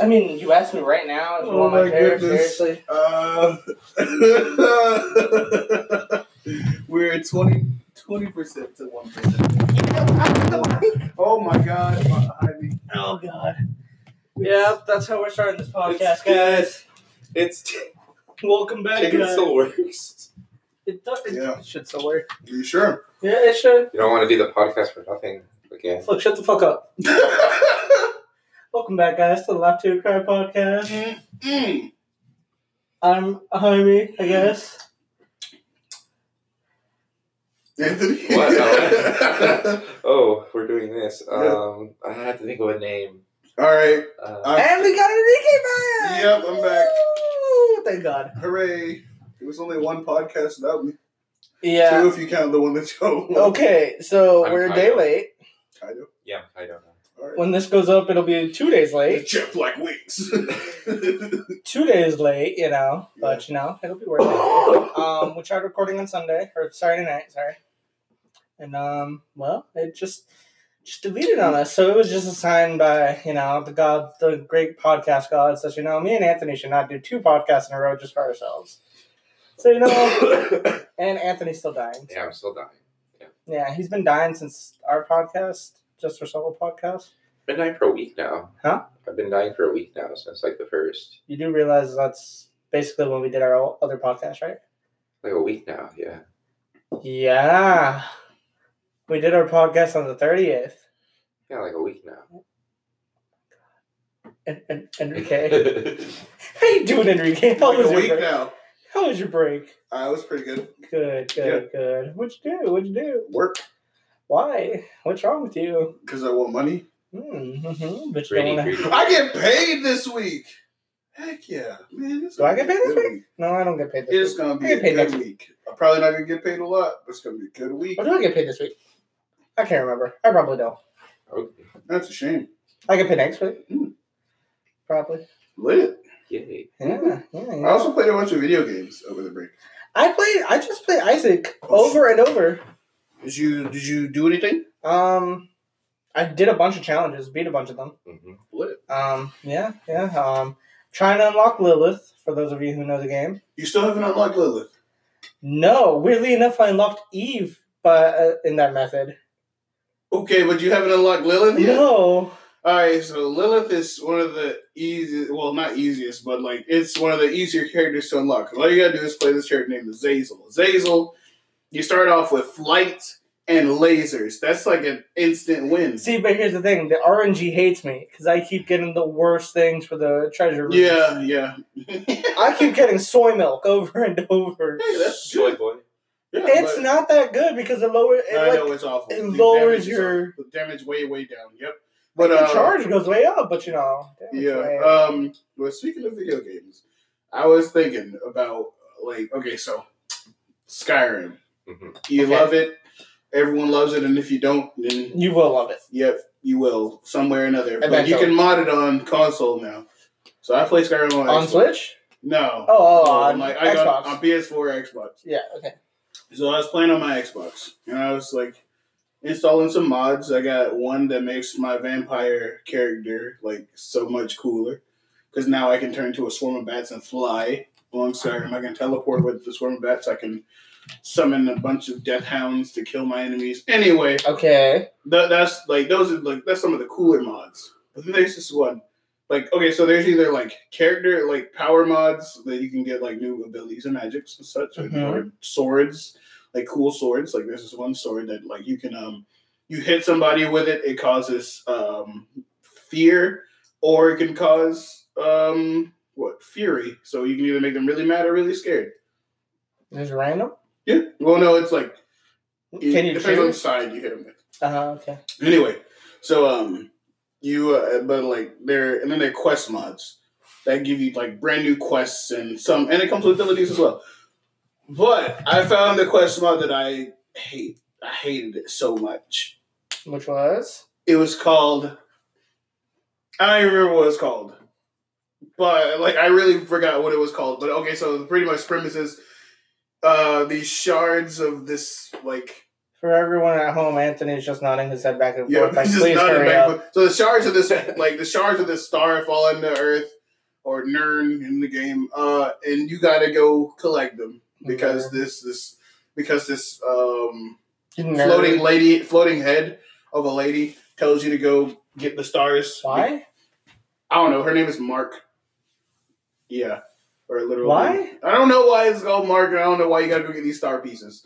I mean, you asked me right now if you Oh want my, my pair. goodness. Seriously, Uh, we're 20 percent to one percent. Oh my god, my Ivy. Oh God. Yeah, that's how we're starting this podcast, It's- guys. It's t- Welcome back, Chicken guys. still works. It, does, it Yeah. should still work. you sure? Yeah, it should. You don't want to do the podcast for nothing again. Look, shut the fuck up. Welcome back, guys, to the Laugh to Cry podcast. Mm. I'm a homie, I guess. Anthony. What? Oh, we're doing this. Um, I have to think of a name. All right. Uh, I'm- and we got Enrique back. Yep, I'm back. Woo, thank God. Hooray! There was only one podcast without me. Two, Yeah. if you count the one that Joe. Okay, so I'm we're a day tired. late. Kind of. yeah, I don't know. All right. When this goes up, it'll be two days late. Jet Black Wings. Two days late, you know, but you know, it'll be worth it. Um, we tried recording on Sunday or Saturday night, sorry. And um, well, it just just deleted on us. So it was just a sign by you know the god, the great podcast gods that you know me and Anthony should not do two podcasts in a row just for ourselves. So you know, and Anthony's still dying. yeah, I'm still dying. Yeah, he's been dying since our podcast, just for solo podcast. Been dying for a week now. Huh? I've been dying for a week now since like the first, You do realize that's basically when we did our o- other podcast, right? like a week now. Yeah. Yeah, we did our podcast on the thirtieth. Yeah, like a week now. And, and, Enrique. How you doing, Enrique? How like was a your week break? now. How was your break? I was pretty good. Good, good, good. What'd you do? What'd you do? Work Why? What's wrong with you? because I want money. Mm-hmm. But you don't Greedy, wanna... greedy. I get paid this week. Heck yeah, man! It's Do I get gonna be a paid this good No, I don't get paid this It's week. gonna be I get a paid next good week. I'm probably not gonna get paid a lot, but it's gonna be a good week. Or do I get paid this week? I can't remember. I probably don't. okay. That's a shame. I get paid next week. Mm. Probably. Lit. Yay. Yeah, yeah, I yeah. also played a bunch of video games over the break. I played. I just played Isaac over and over. Did you Did you do anything? Um, I did a bunch of challenges, beat a bunch of them. Mhm. Lit. Um, yeah, yeah. Um, trying to unlock Lilith for those of you who know the game. You still haven't unlocked Lilith. No, weirdly enough, I unlocked Eve, but uh, in that method. Okay, but you haven't unlocked Lilith yet. No, All right, so Lilith is one of the easiest, well, not easiest, but like it's one of the easier characters to unlock. 'Cause All you gotta do is play this character named Zazel. Zazel, you start off with flight and lasers. That's like an instant win. see, but here's the thing: the RNG hates me because I keep getting the worst things for the treasure. room. Yeah, yeah. I keep getting soy milk over and over. Hey, that's Joy good. boy. Yeah, It's but- not that good because the lower it, I like, know it's awful. it The lowers damage is your- awful. the damage way way down. Yep. But your uh, charge goes way up, but you know. damn, it's way Yeah. up. Um. Well, speaking of video games, I was thinking about like okay, so Skyrim. Mhm. You Okay. love it. Everyone loves it, and if you don't, then you will love it. yep, you will somewhere or another. But you Eventually. can mod it on console now. So I play Skyrim on, On Xbox. Switch? No. Oh, oh, No, on like, I got Xbox. on PS4, Xbox. Yeah. Okay. So I was playing on my Xbox, and I was like installing some mods. I got one that makes my vampire character like so much cooler, because now I can turn into a swarm of bats and fly along Skyrim. I can teleport with the swarm of bats. I can summon a bunch of death hounds to kill my enemies. Anyway, Okay. tha- that's like those are like that's some of the cooler mods. But then there's this one. Like okay, so there's either like character like power mods that you can get like new abilities and magics and such, or- Mhm. or swords, like cool swords. Like there's this one sword that like you can um you hit somebody with it, it causes um fear, or it can cause um what fury. So you can either make them really mad or really scared. There's random. Yeah. Well, no, it's like it Can you depends on the choose? side you hit them with. Uh, okay. Anyway, so um, you uh, but like they're and then they're quest mods that give you like brand new quests and some and it comes with abilities as well. But I found the quest mod that I hate. I hated it so much. Which was? It was called. I don't even remember what it's called, but like I really forgot what it was called. But okay, so pretty much premise is uh, these shards of this like For everyone at home, Anthony's just nodding his head back and Yeah, forth. Like, just please nodding hurry back. up. So the shards of this, like the shards of this star, fall into Earth or Nern in the game, uh, and you gotta go collect them because this this because this um, Nerd. floating lady, floating head of a lady tells you to go get the stars. Why? I don't know. Her name is Mark. Yeah, or literally. Why? I don't know why it's called Mark. and I don't know why you gotta go get these star pieces.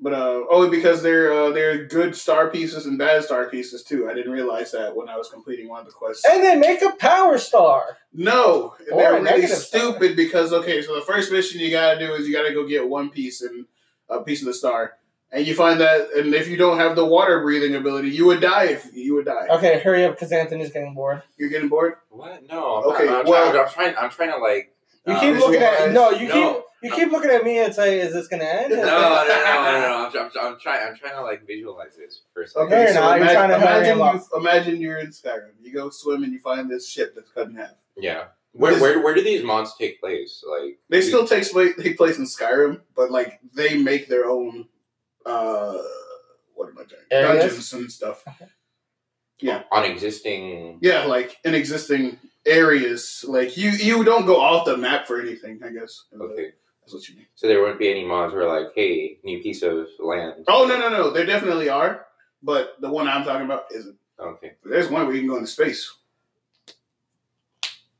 But uh, only because they're uh, they're good star pieces and bad star pieces too. I didn't realize that when I was completing one of the quests. And they make a power star. no, Or they're a really negative star. stupid because okay, so the first mission you gotta do is you gotta go get one piece and a piece of the star, and you find that, and if you don't have the water breathing ability, you would die. If you would die, Okay, hurry up because Anthony's getting bored. you're getting bored. What? No. I'm Okay, Not, I'm, well- trying, I'm trying. I'm trying to like. You uh, keep looking at visualize- no. You No. keep you keep looking at me and say, "Is this gonna end?" No, no, no, no, no. I'm, I'm, I'm trying. I'm trying to like visualize this for a second. Okay, so now you're imagine, trying to hurry imagine him up. you, imagine you're in Skyrim. You go swim and you find this ship that's cut in half. Yeah. Where, where where do these mods take place? Like They do- still take place, take place in Skyrim, but like they make their own. uh What am I doing? Areas? Dungeons and stuff. yeah. on existing. Yeah, like in existing areas. Like you, you don't go off the map for anything. I guess Okay. that's what you mean. So there wouldn't be any mods where like, hey, new piece of land. Oh no, no, no! There definitely are, but the one I'm talking about isn't. Okay. There's one where you can go into space.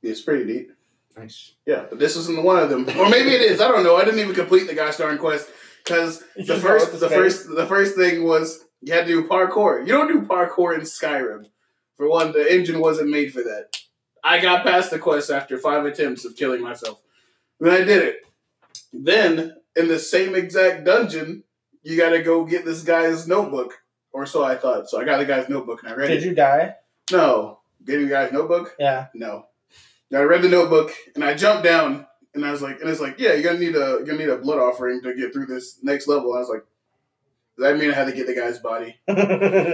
It's pretty neat. Nice. Yeah, but this isn't one of them, or maybe it is. I don't know. I didn't even complete the gosh darn quest because You the just go first, with the space. first, the first thing was you had to do parkour. You don't do parkour in Skyrim. For one, the engine wasn't made for that. I got past the quest after five attempts of killing myself. Then I did it. Then in the same exact dungeon, you got to go get this guy's notebook, or so I thought. So I got the guy's notebook and I read Did it. you die? No, getting the guy's notebook. Yeah. No. And I read the notebook and I jumped down and I was like, and it's like, yeah, you're gonna need a you're gonna need a blood offering to get through this next level. And I was like, does that mean I had to get the guy's body?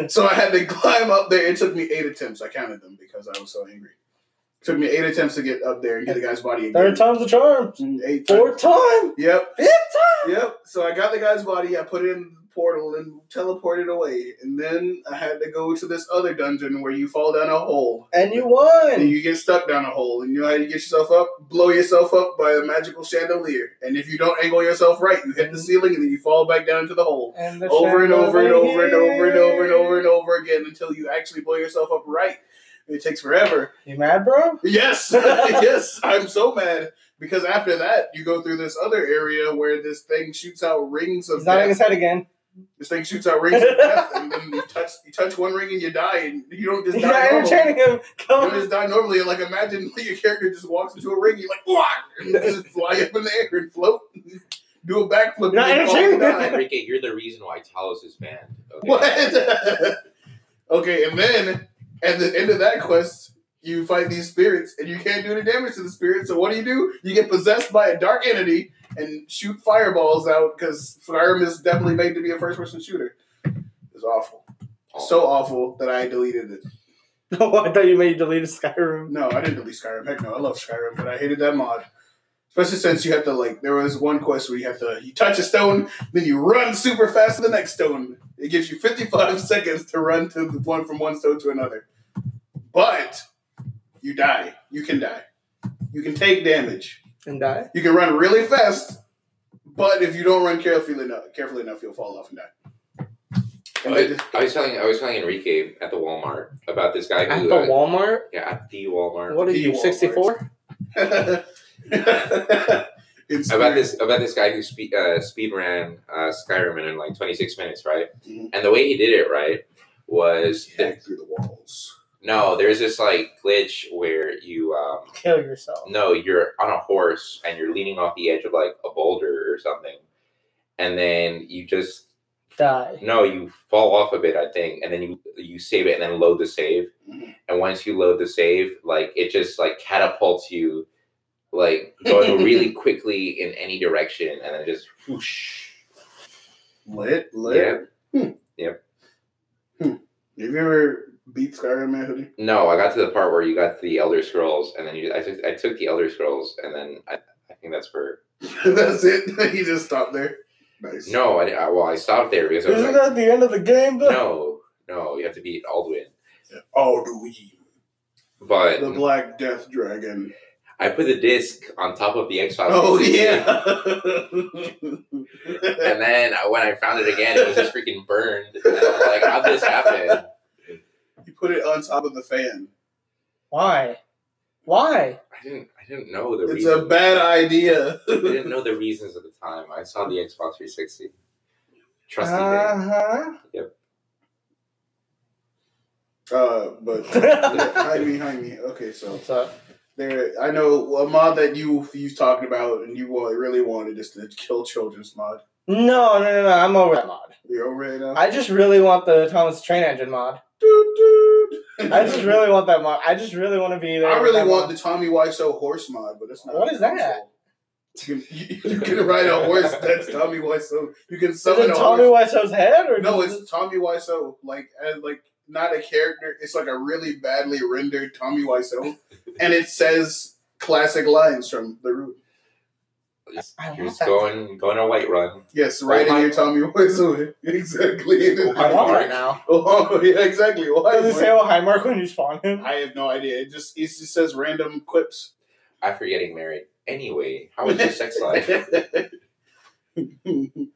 So I had to climb up there. It took me eight attempts. I counted them because I was so angry. It took me eight attempts to get up there and get the guy's body. Again. Third time's the charm. Eight times. Fourth time. Yep. Fifth time. Yep. So I got the guy's body. I put it in the portal and teleported away. And then I had to go to this other dungeon where you fall down a hole And you won. and you get stuck down a hole. And you know how you get yourself up? Blow yourself up by a magical chandelier. And if you don't angle yourself right, you hit the ceiling and then you fall back down into the hole. and the Over and over and over and over and over and over chandelier. and over again until you actually blow yourself up right. It takes forever. You mad, bro? Yes, yes, I'm so mad because after that you go through this other area where this thing shoots out rings of He's nodding death. his head again. This thing shoots out rings of death, and then you touch you touch one ring and you die, and you don't just He's die. not normal. entertaining him. You Come just die normally. Like imagine like, your character just walks into a ring, you're like, what? And you just fly up in the air and float, do a backflip, You're not and fall entertaining. and die. Enrique, you're the reason why Talos is banned. Okay. What? okay, and then at the end of that quest, you fight these spirits, and you can't do any damage to the spirits. So what do you do? You get possessed by a dark entity and shoot fireballs out because Skyrim is definitely made to be a first-person shooter. It's awful, Oh, so awful that I deleted it. No, I thought you made you delete Skyrim. No, I didn't delete Skyrim. Heck no, I love Skyrim, but I hated that mod. Especially since you had to like, there was one quest where you have to you touch a stone, then you run super fast to the next stone. It gives you fifty five seconds to run to the one from one stone to another, but you die. You can die. You can take damage. And die. You can run really fast, but if you don't run carefully enough, carefully enough, you'll fall off and die. And they I, just- I was telling I was telling Enrique at the Walmart about this guy At who the uh, Walmart? yeah at the Walmart What are The you, Walmart. 64? It's about weird. this about this guy who speed uh, speed ran uh, Skyrim in like 26 minutes, right? Mhm. And the way he did it right was that, Hack through the walls. no, there's this like glitch where you um, Kill yourself. no, you're on a horse and you're leaning off the edge of like a boulder or something, and then you just Die. No, you fall off a bit, I think, and then you you save it and then load the save. Mhm. And once you load the save, like it just like catapults you, like going really quickly in any direction, and then just whoosh. Lit, lit. Hmm. Yeah. Have you ever beat Skyrim, man, hoodie? No, I got to the part where you got to the Elder Scrolls, and then you, I took I took the Elder Scrolls, and then I, I think that's where That's it. he just stopped there. Nice. No, I, di- I well, I stopped there because I was Isn't like, that the end of the game, though? no, no, you have to beat Alduin. Oh, do we? But The Black Death Dragon. I put the disc on top of the Xbox. Oh 360, yeah. And then I- when I found it again, it was just freaking burned. And I was like, how'd this happen? you put it on top of the fan. Why? Why? I didn't. I didn't know the It's reason. a bad idea. I didn't know the reasons at the time. I saw the Xbox 360. Trusty Ah. Uh huh. Uh, but yeah, hi me, hi me. Okay, so What's up? there. I know a mod that you you talked about and you wa- really wanted is the kill children's mod. No, no, no, no. I'm over that mod. You're over it now. I just really want the Thomas the Train Engine mod. Doot, doot. I just really want that mod. I just really want to be there. I with really that want mod. the Tommy Wiseau horse mod, but it's not. What is that? You, you, you can ride a horse that's Tommy Wiseau. You can Is it summon a Tommy horse. Wiseau's head or No, just- it's Tommy Wiseau. Like, as, like not a character. It's like a really badly rendered Tommy Wiseau, and it says classic lines from the root. Just, I you're want just that. going going a white run. Yes, right in my- your Tommy Wiseau. Exactly. I want Mark. that now. oh yeah, exactly. Why? Does it say oh hi Mark when you spawn him? I have no idea. It just it just says random quips. After getting married. Anyway, how was your sex life?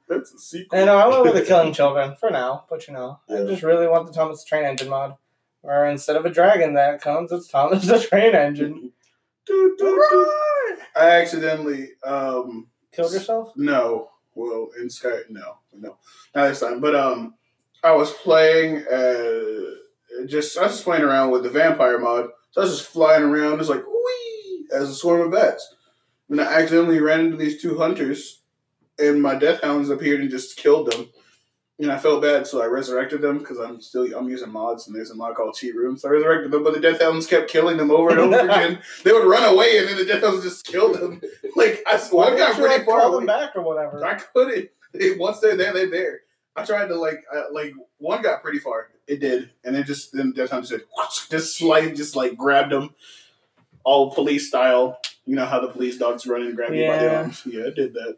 That's a secret. I know I went with the Killing Children for now, but you know, I Yeah. just really want the Thomas the Train Engine mod. Where instead of a dragon that comes, it's Thomas the Train Engine. Doot, doot, doot. I accidentally um Killed yourself? no well in Sky no no not this time but um I was playing uh just I was just playing around with the vampire mod so I was just flying around it's like wee as a swarm of bats and I accidentally ran into these two hunters and my death hounds appeared and just killed them and I felt bad so I resurrected them because I'm still I'm using mods and there's a mod called cheat room so I resurrected them but the death hounds kept killing them over and over again they would run away and then the death hounds just killed them like I one didn't got you, like, pretty far call away. them back or whatever? I couldn't. It, once they're there, they're there. I tried to like, uh, like one got pretty far. It did, and then just then Death Hunter said, just like, just like grabbed him, all police style. You know how the police dogs run and grab you by the Yeah. arms. Yeah, it did that.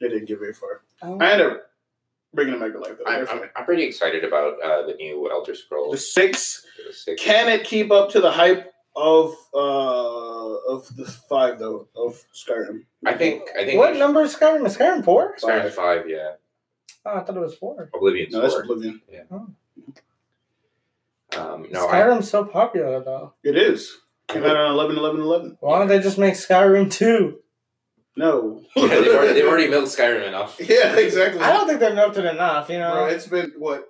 It didn't get very far. Oh. I ended up bringing him back to life. Though. I'm, I'm, I'm pretty excited about uh, the new Elder the Scrolls. six six. can it keep up to the hype of uh of the five though of Skyrim? I think. I think. What number is Skyrim? Is Skyrim four? Skyrim five. Yeah. Oh, I thought it was four. Oblivion's No, that's four. Oblivion. Um, no, I, Skyrim's so popular though. It is. Came out on 11 11 11. Why don't they just make Skyrim two? No. yeah, they've, already, they've already milked Skyrim enough. Yeah, exactly. I don't think they've milked it enough, you know. Bro, it's been what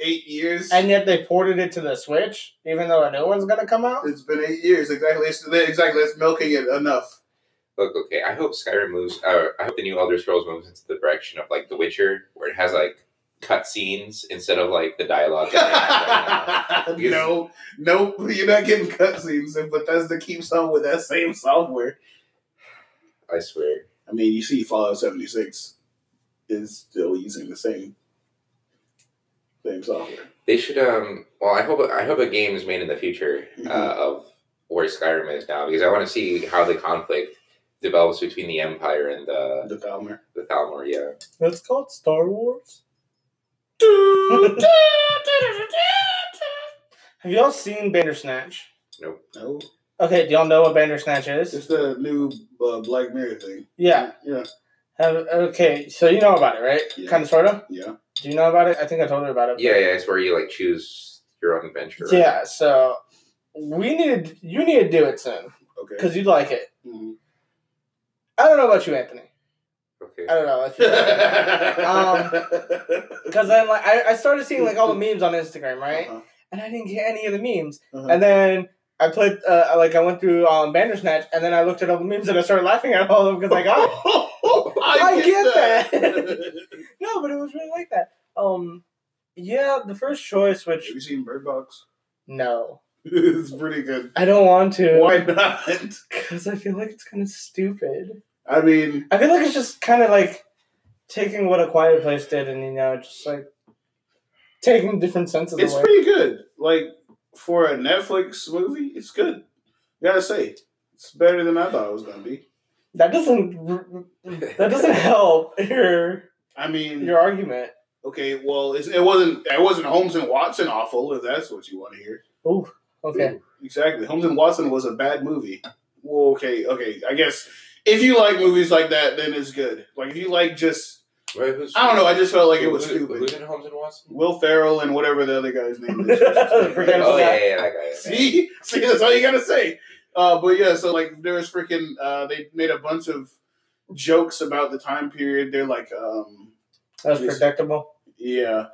eight years. And yet they ported it to the Switch, even though a new one's gonna come out. it's been eight years exactly. It's, exactly, it's milking it enough. Look, okay. I hope Skyrim moves. Uh, I hope the new Elder Scrolls moves into the direction of like The Witcher, where it has like cutscenes instead of like the dialogue. that they have right now. You- no, no, you're not getting cutscenes. If Bethesda keeps on with that same software, I swear. I mean, you see, Fallout 76 is still using the same same software. They should. Um. Well, I hope. I hope a game is made in the future Mhm. uh, of where Skyrim is now, because I want to see how the conflict develops between the Empire and the The Palmer. the Thalmor. Yeah. It's called Star Wars. Have y'all seen Bandersnatch? No, Okay, do y'all know what Bandersnatch is? it's the new uh, Black Mirror thing. Yeah. yeah, Have, okay, so you know about it, right? Yeah. Kind of, sort of. yeah. Do you know about it? I think I told you about it. Yeah. Yeah. It's where you like choose your own adventure. right? Yeah. So we need you need to do it soon Okay. because you'd like it. Mhm. I don't know about you, Anthony. Okay. I don't know if you Um, because then like I, I started seeing like all the memes on Instagram, right? Uh-huh. And I didn't get any of the memes. Uh-huh. And then I played uh, I- like I went through um, Bandersnatch, and then I looked at all the memes and I started laughing at all of them because I got it. "Oh, I get no, but it was really like that. Um, yeah, the first choice, Have which you seen Bird Box? no, it's pretty good. I don't want to. Why not? Because I feel like it's kind of stupid. I mean, I feel like it's just kind of like taking what A Quiet Place did and, you know, just like taking different senses it's away. pretty good. Like for a Netflix movie, it's good. Gotta say, it's better than I thought it was gonna be. that doesn't that doesn't help your I mean, Your argument. okay, well, it's, it wasn't it wasn't Holmes and Watson awful if that's what you want to hear. Ooh, okay. Exactly, Holmes and Watson was a bad movie. Well, okay, okay, I guess if you like movies like that, then it's good. Like if you like just Wait, who's- I don't know, I just felt like it was who- who- Who's stupid. in Holmes and Watson? Will Ferrell and whatever the other guy's name Forget is. about Oh yeah, that. yeah, yeah, that guy. See, see, that's all you gotta say. Uh, but yeah, so like there was freaking uh, they made a bunch of jokes about the time period. They're like, um, That was Jesus. predictable. yeah,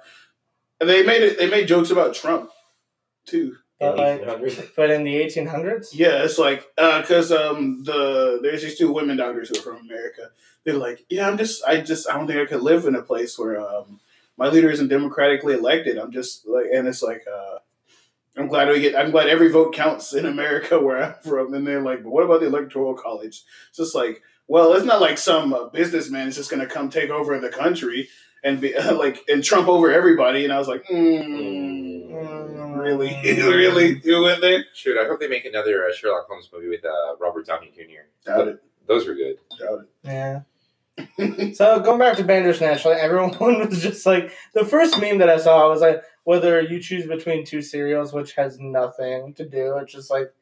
and they made it. They made jokes about Trump too. But like, 1800s. but in the 1800s, Yeah, it's like because um, the there's these two women doctors who are from America. They're like, yeah, I'm just, I just, I don't think I could live in a place where um, my leader isn't democratically elected. I'm just like, and it's like, uh, I'm glad we get, I'm glad every vote counts in America where I'm from. And they're like, but what about the electoral college? It's just like, well, it's not like some uh, businessman is just going to come take over the country and be like and Trump over everybody. And I was like, mm, Mm. really, really, you went there? Shoot, I hope they make another uh, Sherlock Holmes movie with uh, Robert Downey Jr. Doubt it. Those were good. Doubt it. yeah. so going back to Bandersnatch, like everyone was just like the first meme that I saw was like whether you choose between two cereals, which has nothing to do. It just like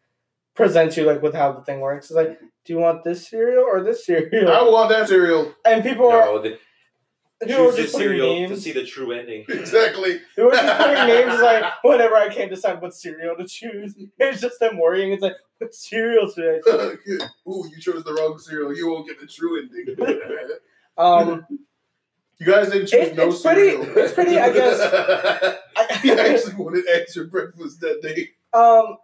presents you like with how the thing works. It's like, do you want this cereal or this cereal? I want that cereal. and people are no, the, people were choose just this putting serial to names. see the true ending. Exactly. They were just putting names like whatever. I can't decide what cereal to choose. It's just them worrying. It's like what cereal should I choose? Ooh, you chose the wrong cereal. You won't get the true ending. Um, you guys didn't choose It- no it's pretty- cereal. it's pretty, I guess. I- you actually wanted extra breakfast that day. um,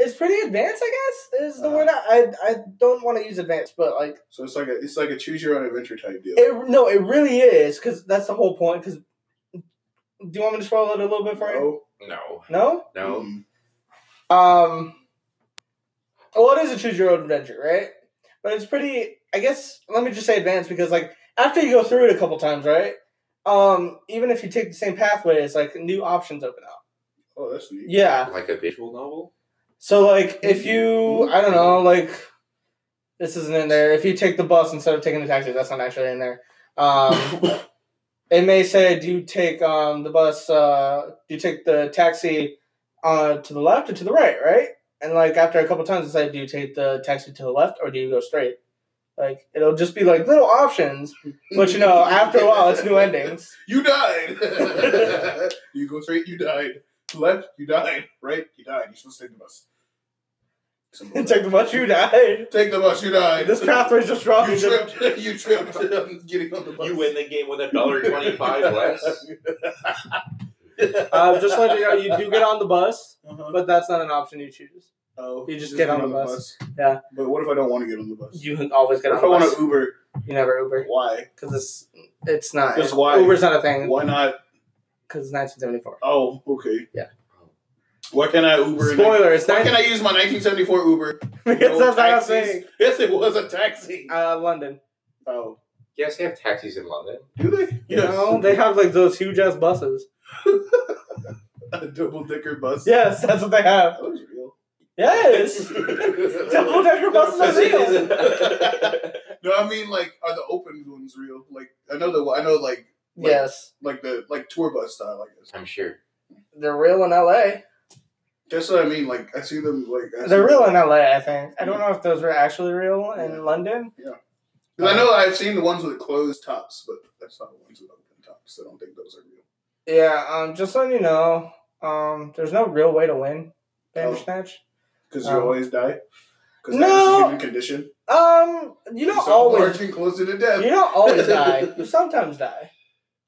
it's pretty advanced, I guess. Is the word I I, I don't want to use advanced, but like So it's like a it's like a choose your own adventure type deal. it no, it really is because that's the whole point. Because do you want me to spoil it a little bit for you? No. No, No. no. Mm. Um. Well, it is a choose your own adventure, right? But it's pretty. I guess let me just say advanced because like after you go through it a couple times, right? Um, even if you take the same pathway, it's like new options open up. Oh, that's neat. Yeah. Like a visual novel. So like if you I don't know, like this isn't in there. If you take the bus instead of taking the taxi, that's not actually in there. Um it may say do you take um the bus uh do you take the taxi uh to the left or to the right, right? And like after a couple times it's like do you take the taxi to the left or do you go straight? Like it'll just be like little options, but you know, after a while it's new endings. You died. you go straight. You died. Left. You died. Right. You died. You're supposed to take the bus. Simple. take the bus you die. Take the bus. You died. This pathway's just wrong. You tripped. You tripped. on getting on the bus. You win the game with a dollar twenty-five less. Uh, just let you know you do get on the bus. Uh-huh. But that's not an option you choose. Oh, You just get on the bus. Yeah. But what if I don't want to get on the bus? You always get on What if the I want bus. to Uber? You never Uber Why? because it's it's not. Because why? Uber's not a thing Why not? because it's 1974. Oh, okay. Yeah. Why can't I Uber? in- Spoiler: It's Why not can I use my 1974 Uber? because No that's not a taxis? thing. Yes, it was a taxi. Uh, London. Oh, Yes, they have taxis in London. do they? You know they have like those huge ass buses. a double decker bus. Yes, that's what they have. that was real. Yes, double decker buses are real. no, I mean like, are the open ones real? Like, I know the, I know like, Yes, like the, like tour bus style, I guess. I'm sure. they're real in L.A. That's what I mean. Like, I see them like. I see They're them- real in L.A. I think. I don't know if those were actually real in Yeah. London. Uh, 'Cause I know I've seen the ones with closed tops, but that's not the ones with open tops. I don't think those are real. Yeah. Um. Just letting you know. Um. There's no real way to win. Bandersnatch. Because Um, you always die. Because No! that's a human condition. Um, you don't So always marching closer to death. you don't always die. You sometimes die.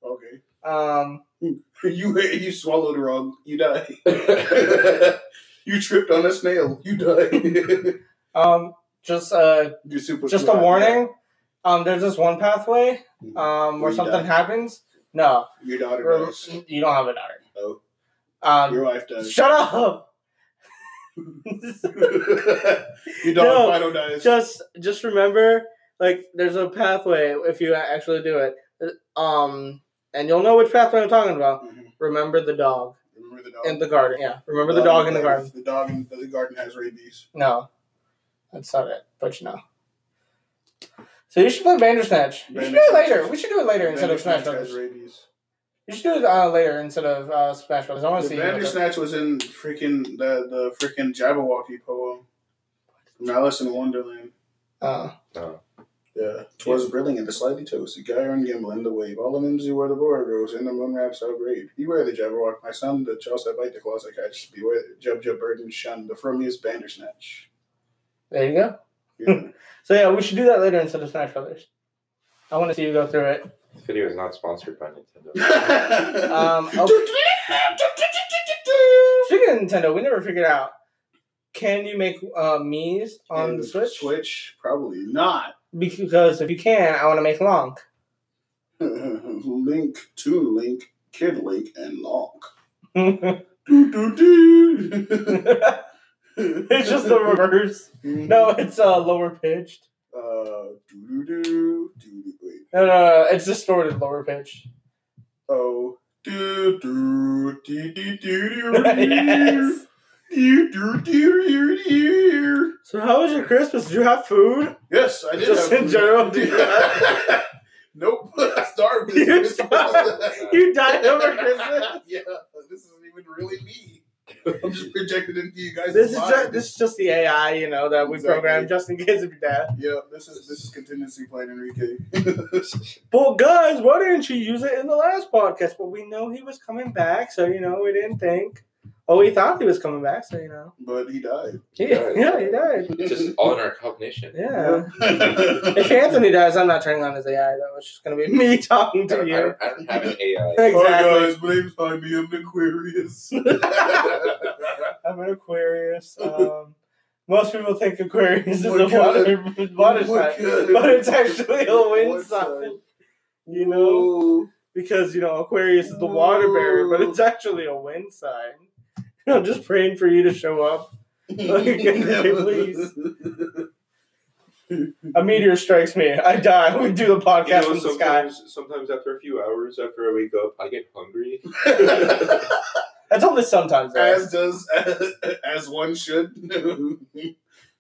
Okay. Um, You you swallowed wrong. You die. you tripped on a snail. You die. um, just uh, you super. just a smart. warning. Um, there's this one pathway. Um, where You something die. happens. No, Mm. Your daughter Rem- dies. you don't have a daughter. Oh. Um, Your wife dies. shut up. Your dog No, Fido dies. just just remember, like, there's a pathway if you actually do it. Um, and you'll know which pathway I'm talking about. Mhm. Remember the dog Remember the dog. in the garden. Yeah, remember the dog in the garden. The dog in the garden has rabies. No, that's not it. But you know, So you should play Bandersnatch. You should do it Bandersnatch later. is- We should do it later instead of Smash Bandersnatch has Brothers. rabies. You should do it uh, later instead of uh, Smash Brothers. I want to see. The you with it. Bandersnatch was in freaking the the freaking Jabberwocky poem from Alice in Wonderland. Uh, No. Yeah, twas brilliant and the slightly toast, the gyre and gimble in the wave, all the whimsy where the boar grows, and the moon wraps out grave. Beware the Jabberwock, my son, the jaws that bite, the claws that catch. Beware the Jub Jub bird and shun the frumious Bandersnatch. there you go. Yeah. So yeah, we should do that later instead of Smash Brothers. I want to see you go through it. This video is not sponsored by Nintendo. Um, okay. Speaking of Nintendo, we never figured out. Can you make uh, Mii's on And the Switch? Switch, probably not. Because if you can, I want to make Long. Link to Link, Kid Link, and Lock. it's Do, do, do. just the reverse. No, it's uh, lower pitched. Uh, do, do, do, do, do, wait. No, no, no, it's distorted lower pitched. Oh. Do, do, do, do, do, do, yes. do, do, do, do, do. So how was your Christmas? Did you have food? Yes, I did. Just have in food. general, do you have- nope, I starved. You This is- starved. You died over Christmas. yeah, this isn't even really me. I'm just projected into you guys. This is mind. just, this is just the AI, you know, that we Exactly. programmed just in case of your dad. yeah. This is this is contingency plan, Enrique. But guys, why didn't you use it in the last podcast? But we know he was coming back, so you know we didn't think. Oh, we thought he was coming back, so you know. but he died. Yeah, Yeah. yeah, he died. It's just all in our cognition. Yeah. If Anthony dies, I'm not turning on his AI though. It's just gonna be me talking I to don't, I you. don't, I don't have an AI. Exactly. Hi guys, my name's Jaime. I'm an Aquarius. I'm an Aquarius. Um, most people think Aquarius is What a water water What sign, kind of- but it's actually a wind Water sign. sign. You know. Whoa. because you know Aquarius is the water bearer, but it's actually a wind sign. I'm just praying for you to show up. please. A meteor strikes me, I die. We do the podcast in the sky. sometimes, sometimes after a few hours after I wake up, I get hungry. That's only sometimes. though. as does as, one should.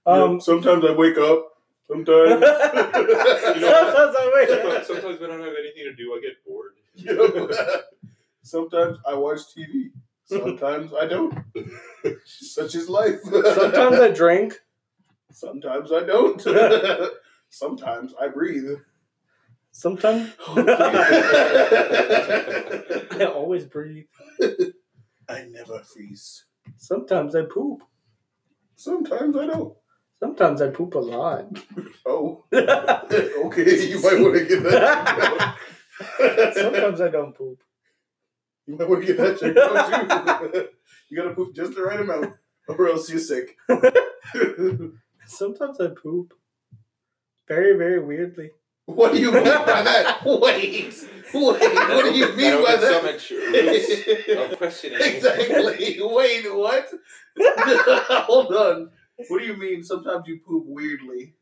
um, sometimes I wake up. Sometimes. sometimes I wait. Sometimes, sometimes when I don't have anything to do, I get bored. sometimes I watch TV. Sometimes I don't. Such is life. Sometimes I drink. Sometimes I don't. Sometimes I breathe. Sometimes I always breathe. I never freeze. Sometimes I poop. Sometimes I don't. Sometimes I poop a lot. Oh, okay. You might want to get that. Sometimes I don't poop. You might want to get that checked out too. you gotta poop just the right amount, or else you're sick. Sometimes I poop. Very, very weirdly. what do you mean by that? Wait, wait. What do you That mean by opens So that? much roots of questioning. exactly. Wait, what? Hold on. What do you mean? Sometimes you poop weirdly.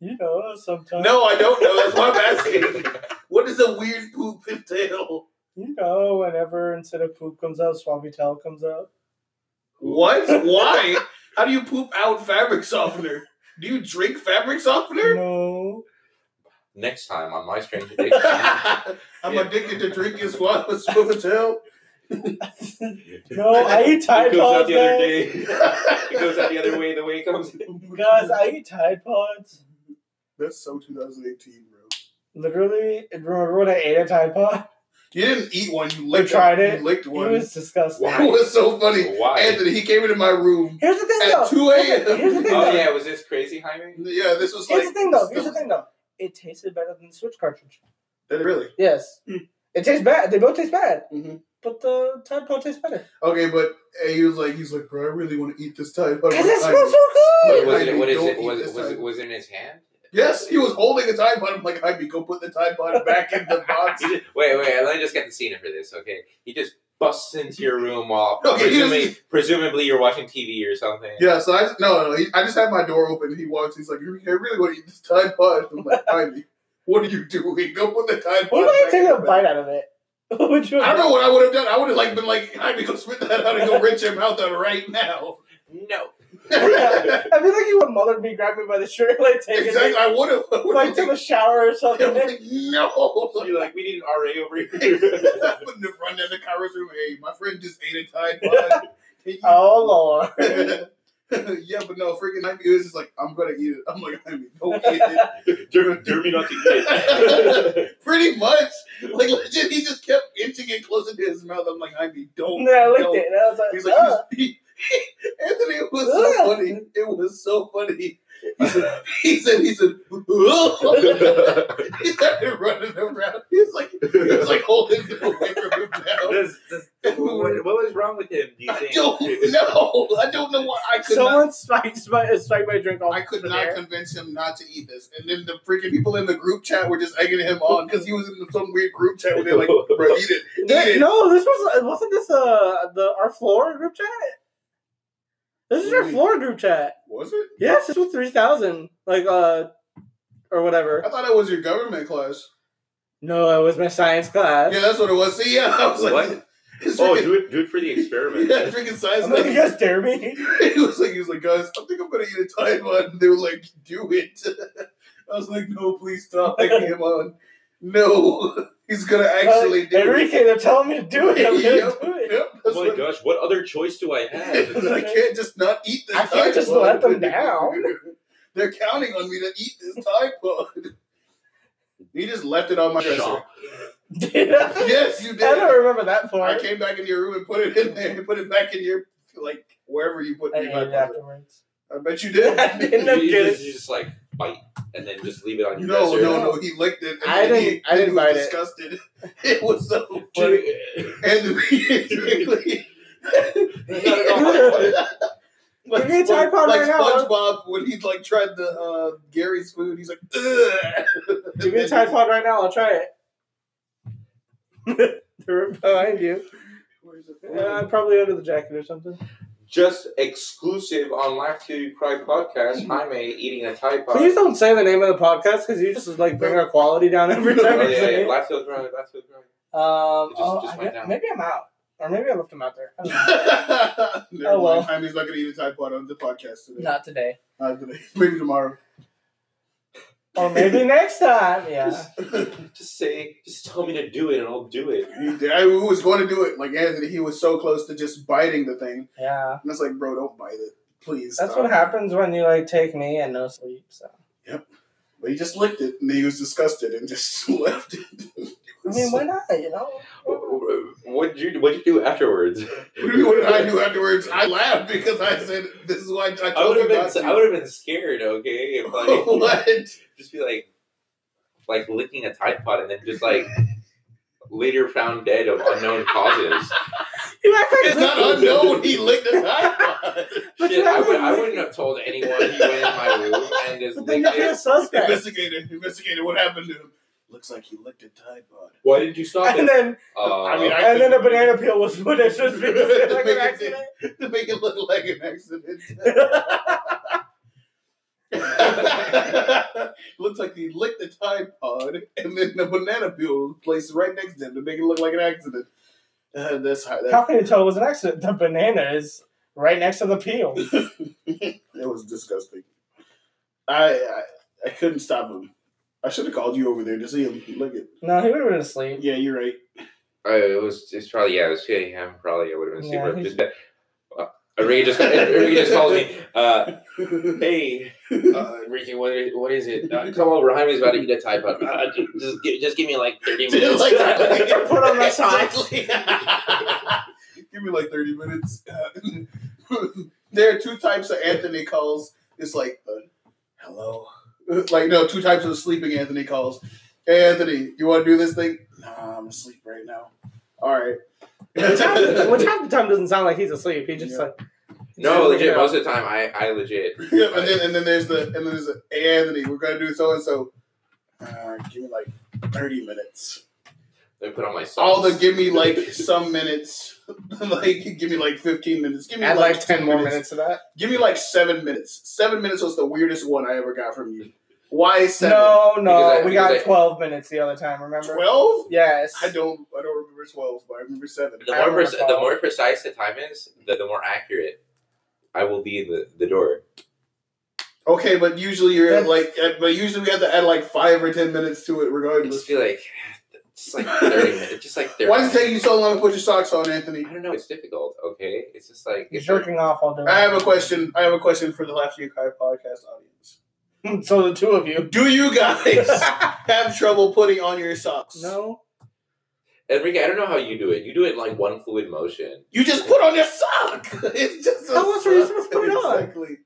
You know, sometimes. No, I don't know. That's why I'm asking. What does a weird poop entail? You know, whenever instead of poop comes out, Suavitel comes out. What? Why? How do you poop out fabric softener? Do you drink fabric softener? No. Next time on My Strange Addiction. I'm Yeah. addicted to drinking swat with Swivatel. No, I eat Tide it goes out Pods. the Guys. other day. It goes out the other way. The way it comes. guys, I eat Tide Pods. That's so 2018, bro. Literally, remember when I ate a Tide Pod? You didn't eat one. You licked tried you it. licked It one. was disgusting. Why? It was so funny. Why? Anthony, he came into my room Here's the thing, though. at 2 a.m. Here's the thing, Oh though. yeah, was this crazy, Jaime? Yeah, this was Here's the like. thing, though. Here's the thing, though. It tasted better than the Switch cartridge. Did it really? Yes. It tastes bad. They both taste bad. Mm-hmm. Mhm. But the Tide Pod tastes better. Okay, but uh, he was like, he's like, bro, I really want to eat this type. Because it smells so Oh, good! What was Jaime, it? What is don't it? eat Was, this was, time. it? was it in his hand? Yes, he was holding a Tide Pod. I'm like, Ivy, go put the Tide Pod back in the box. He just- wait, wait. Let me just get the scene for this, okay? He just busts into your room while Okay, he presumably, doesn't- presumably you're watching TV or something. Yeah, so I no, no, he, I just had my door open. He walks. He's like, "I really want to eat this Tide Pod." I'm like, "Ivy, what are you doing? Go put the Tide Pod." What if I back in take the a bag." bite out of it? What would you I don't know what I would have done. I would have like been like, "Ivy, go spit that out and go rinse your mouth out right now." No. I feel like you would mother me, grab me by the shirt, like taking exactly. me I would have. like to the shower or something. no. You're like, we need an RA over I here. wouldn't have run down the Kyra's room. Hey, my friend just ate a Tide Pod. Can you- oh lord. yeah, but no, freaking Ivy was just like, I'm gonna eat it. I'm like, Ivy, don't eat it. Dare, dare me not to eat it. Pretty much. Like, legit, he just kept inching it closer to his mouth. I'm like, Ivy, don't. And then I licked don't. it. And I was like, He's like, "Ugh." he's, Anthony it was so Ugh. funny. It was so funny. He said, he said, he said, "Ugh." he started running around. He was like, he was like holding it away from him now. Does- does- what, what was wrong with him? Do you I think? don't know. I don't know why I could not. Someone spiked my uh, spiked my drink off. I could the not air. convince him not to eat this. And then the freaking people in the group chat were just egging him on because he was in some weird group chat where they're like, bro, eat it. Eat Th- it. no, this was wasn't this uh the our floor group chat. This is our Mm. floor group chat. Was it? Yes, this was three thousand, like uh, or whatever. I thought it was your government class. No, it was my science class. Yeah, that's what it was. See, yeah, I was like, What? It's Oh, freaking, do it, do it for the experiment. yeah, freaking size. I'm like, you Like, guys dare me? he was like, he was like, guys, I think I'm gonna eat a time one. They were like, do it. I was like, no, please stop egging him on. No, he's Uh, gonna actually Like, do it. Enrique, they're telling me to do it. I'm gonna Yep. do it. Yep, that's Oh my what- gosh, what other choice do I have? I can't just not eat this. I can't Tide just Pod. let them down. They're counting on me to eat this Tide Pod. You just left it on my dresser. Chomp. Did I? Yes, you I did. don't remember that I part. came back into your room and put it in there. You put it back in your like wherever you put I your ate Tide it Pod. afterwards. I bet you did. I You, didn't have you good. just, you just like bite and then just leave it on your No, dresser. no, no. He licked it. And I then didn't- He, I didn't he was bite it. disgusted. It. was so funny. Dude, And the not at all. Give me a Tide Pod like right now. SpongeBob when he like tried the uh, Gary's food, he's like, Ugh. Give me a Tide Pod right now. I'll try it. They're behind you. Where's Uh, it? probably under the jacket or something. Just exclusive on Laugh Till You Cry podcast. I'm a eating a Tide Pod. Mm-hmm. Please don't say the name of the podcast because you just like bring our quality down every time. Oh, we yeah, say yeah. it. Laugh Till You Cry. Laugh Till You Cry. Um, It just- oh, just I went guess- down. maybe I'm out, or maybe I left him out there. I don't know. Never Oh, well. mind. I'm just not gonna eat a Tide Pod on the podcast today. Not today, Not today. Maybe tomorrow. or maybe next time. Yeah, Just say, just tell me to do it and I'll do it. He- I was going to do it. Like Anthony, he was so close to just biting the thing, yeah. and it's like, bro, don't bite it, please. That's stop." what happens when you like take me and no sleep. So But he just licked it, and he was disgusted and just left it. I mean, why not? You know. What did you What did you do afterwards? What do- what did I do afterwards? I laughed because I said, "This is why I told I would you have not been to." I would have been scared. Okay, if like what? just be like like licking a Tide Pod and then just like later found dead of unknown causes. You act like It's not unknown. He licked a Tide But you Shit, I, haven't would, I licked- wouldn't have told anyone he went in my room and just But then licked you'd be a it. Pod. suspect, investigator, investigator, what happened to him? Looks like he licked a Tide Pod. Why didn't you stop and it? then Uh, I mean, I- and then a banana peel was put in just because it was like an Make it accident. To make it look like an accident. Looks like he licked the Tide Pod, and then the banana peel was placed right next to him to make it look like an accident. Uh, that's how How that. can you tell it was an accident? The banana is right next to the peel. It was disgusting. I I, I couldn't stop him. I should have called you over there to see him lick it. No, he would have been asleep. Yeah, you're right. Uh, it was. It's probably yeah. It was hitting him. Probably I would have been Yeah, super. he's- just, uh, Enrique just Enrique just calls me. Uh, hey, uh, Enrique, what is, what is it? Uh, come over. Jaime's about to eat a Tide Pod. Uh, ju- just gi- just give me like thirty minutes. Like that. Put on my socks. Exactly. Give me like 30 minutes. there are two types of Anthony calls. It's like, uh, hello. Like, no, two types of sleeping Anthony calls. Hey, Anthony, you want to do this thing? Nah, I'm asleep right now. All right. Which half, which half the time doesn't sound like he's asleep. He just Yeah. like no, legit. Yeah. Most of the time, I I legit. Yeah, and then and then there's the and then there's the, hey Anthony, we're gonna do so and so. Uh, Give me like thirty minutes. I put on my socks. All the give me like some minutes, like give me like fifteen minutes. Give me add like ten more minutes. minutes to that. Give me like seven minutes. Seven minutes was the weirdest one I ever got from you. Why seven? No, no, Because I- we got because I- twelve minutes the other time. Remember? Twelve? Yes. I don't. I don't remember twelve, but I remember seven. The I more don't pres- recall. the more precise the time is, the, the more accurate. I will be the, the door. Okay, but usually you're at That's- like, at, but usually we have to add like five or ten minutes to it, I regardless. just feel like just like thirty minutes. Just like thirty. Why does it take you so long to put your socks on, Anthony? I don't know. It's difficult. Okay, it's just like He's it's jerking off all day. I have a question. I have a question for the Last Year Kai podcast audience. so the two of you. Do you guys have trouble putting on your socks? No. Enrique. I don't know how you do it. You do it in like one fluid motion. You just put on your sock. It's just a How else are you supposed to sock. put it on? Exactly.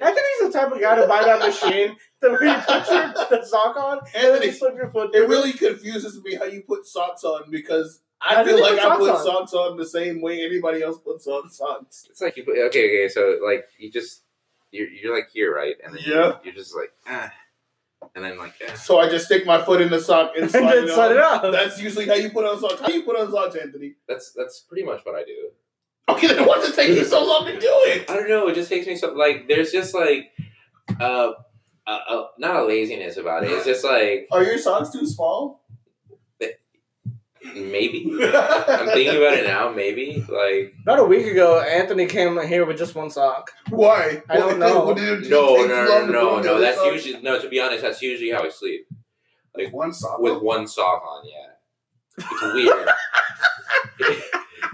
I think he's the type of guy to buy that machine that where you put your the sock on and then you Anthony, slip your foot. it really confuses me how you put socks on because I, I feel think like you I put put socks on. socks on the same way anybody else puts on socks. It's like you put okay, okay. So like you just you're you're like here, right? And then Yeah. you're, you're just like ah, and then like ah. So I just stick my foot in the sock and and slide then it set on. it up. That's usually how you put on socks. How you put on socks, Anthony? that's that's pretty much what I do. Okay, then why does it take you so long to do it? I don't know. It just takes me so like there's just like uh, uh, uh not a laziness about it. It's just like Are your socks too small? maybe I'm thinking about it now. Maybe like About a week ago, Anthony came here with just one sock. Why? I don't Why- know. what did it take no no you no long to no put no. on That's socks? usually no. To be honest, that's usually how I sleep Like one sock. with one sock on. Yeah, it's weird.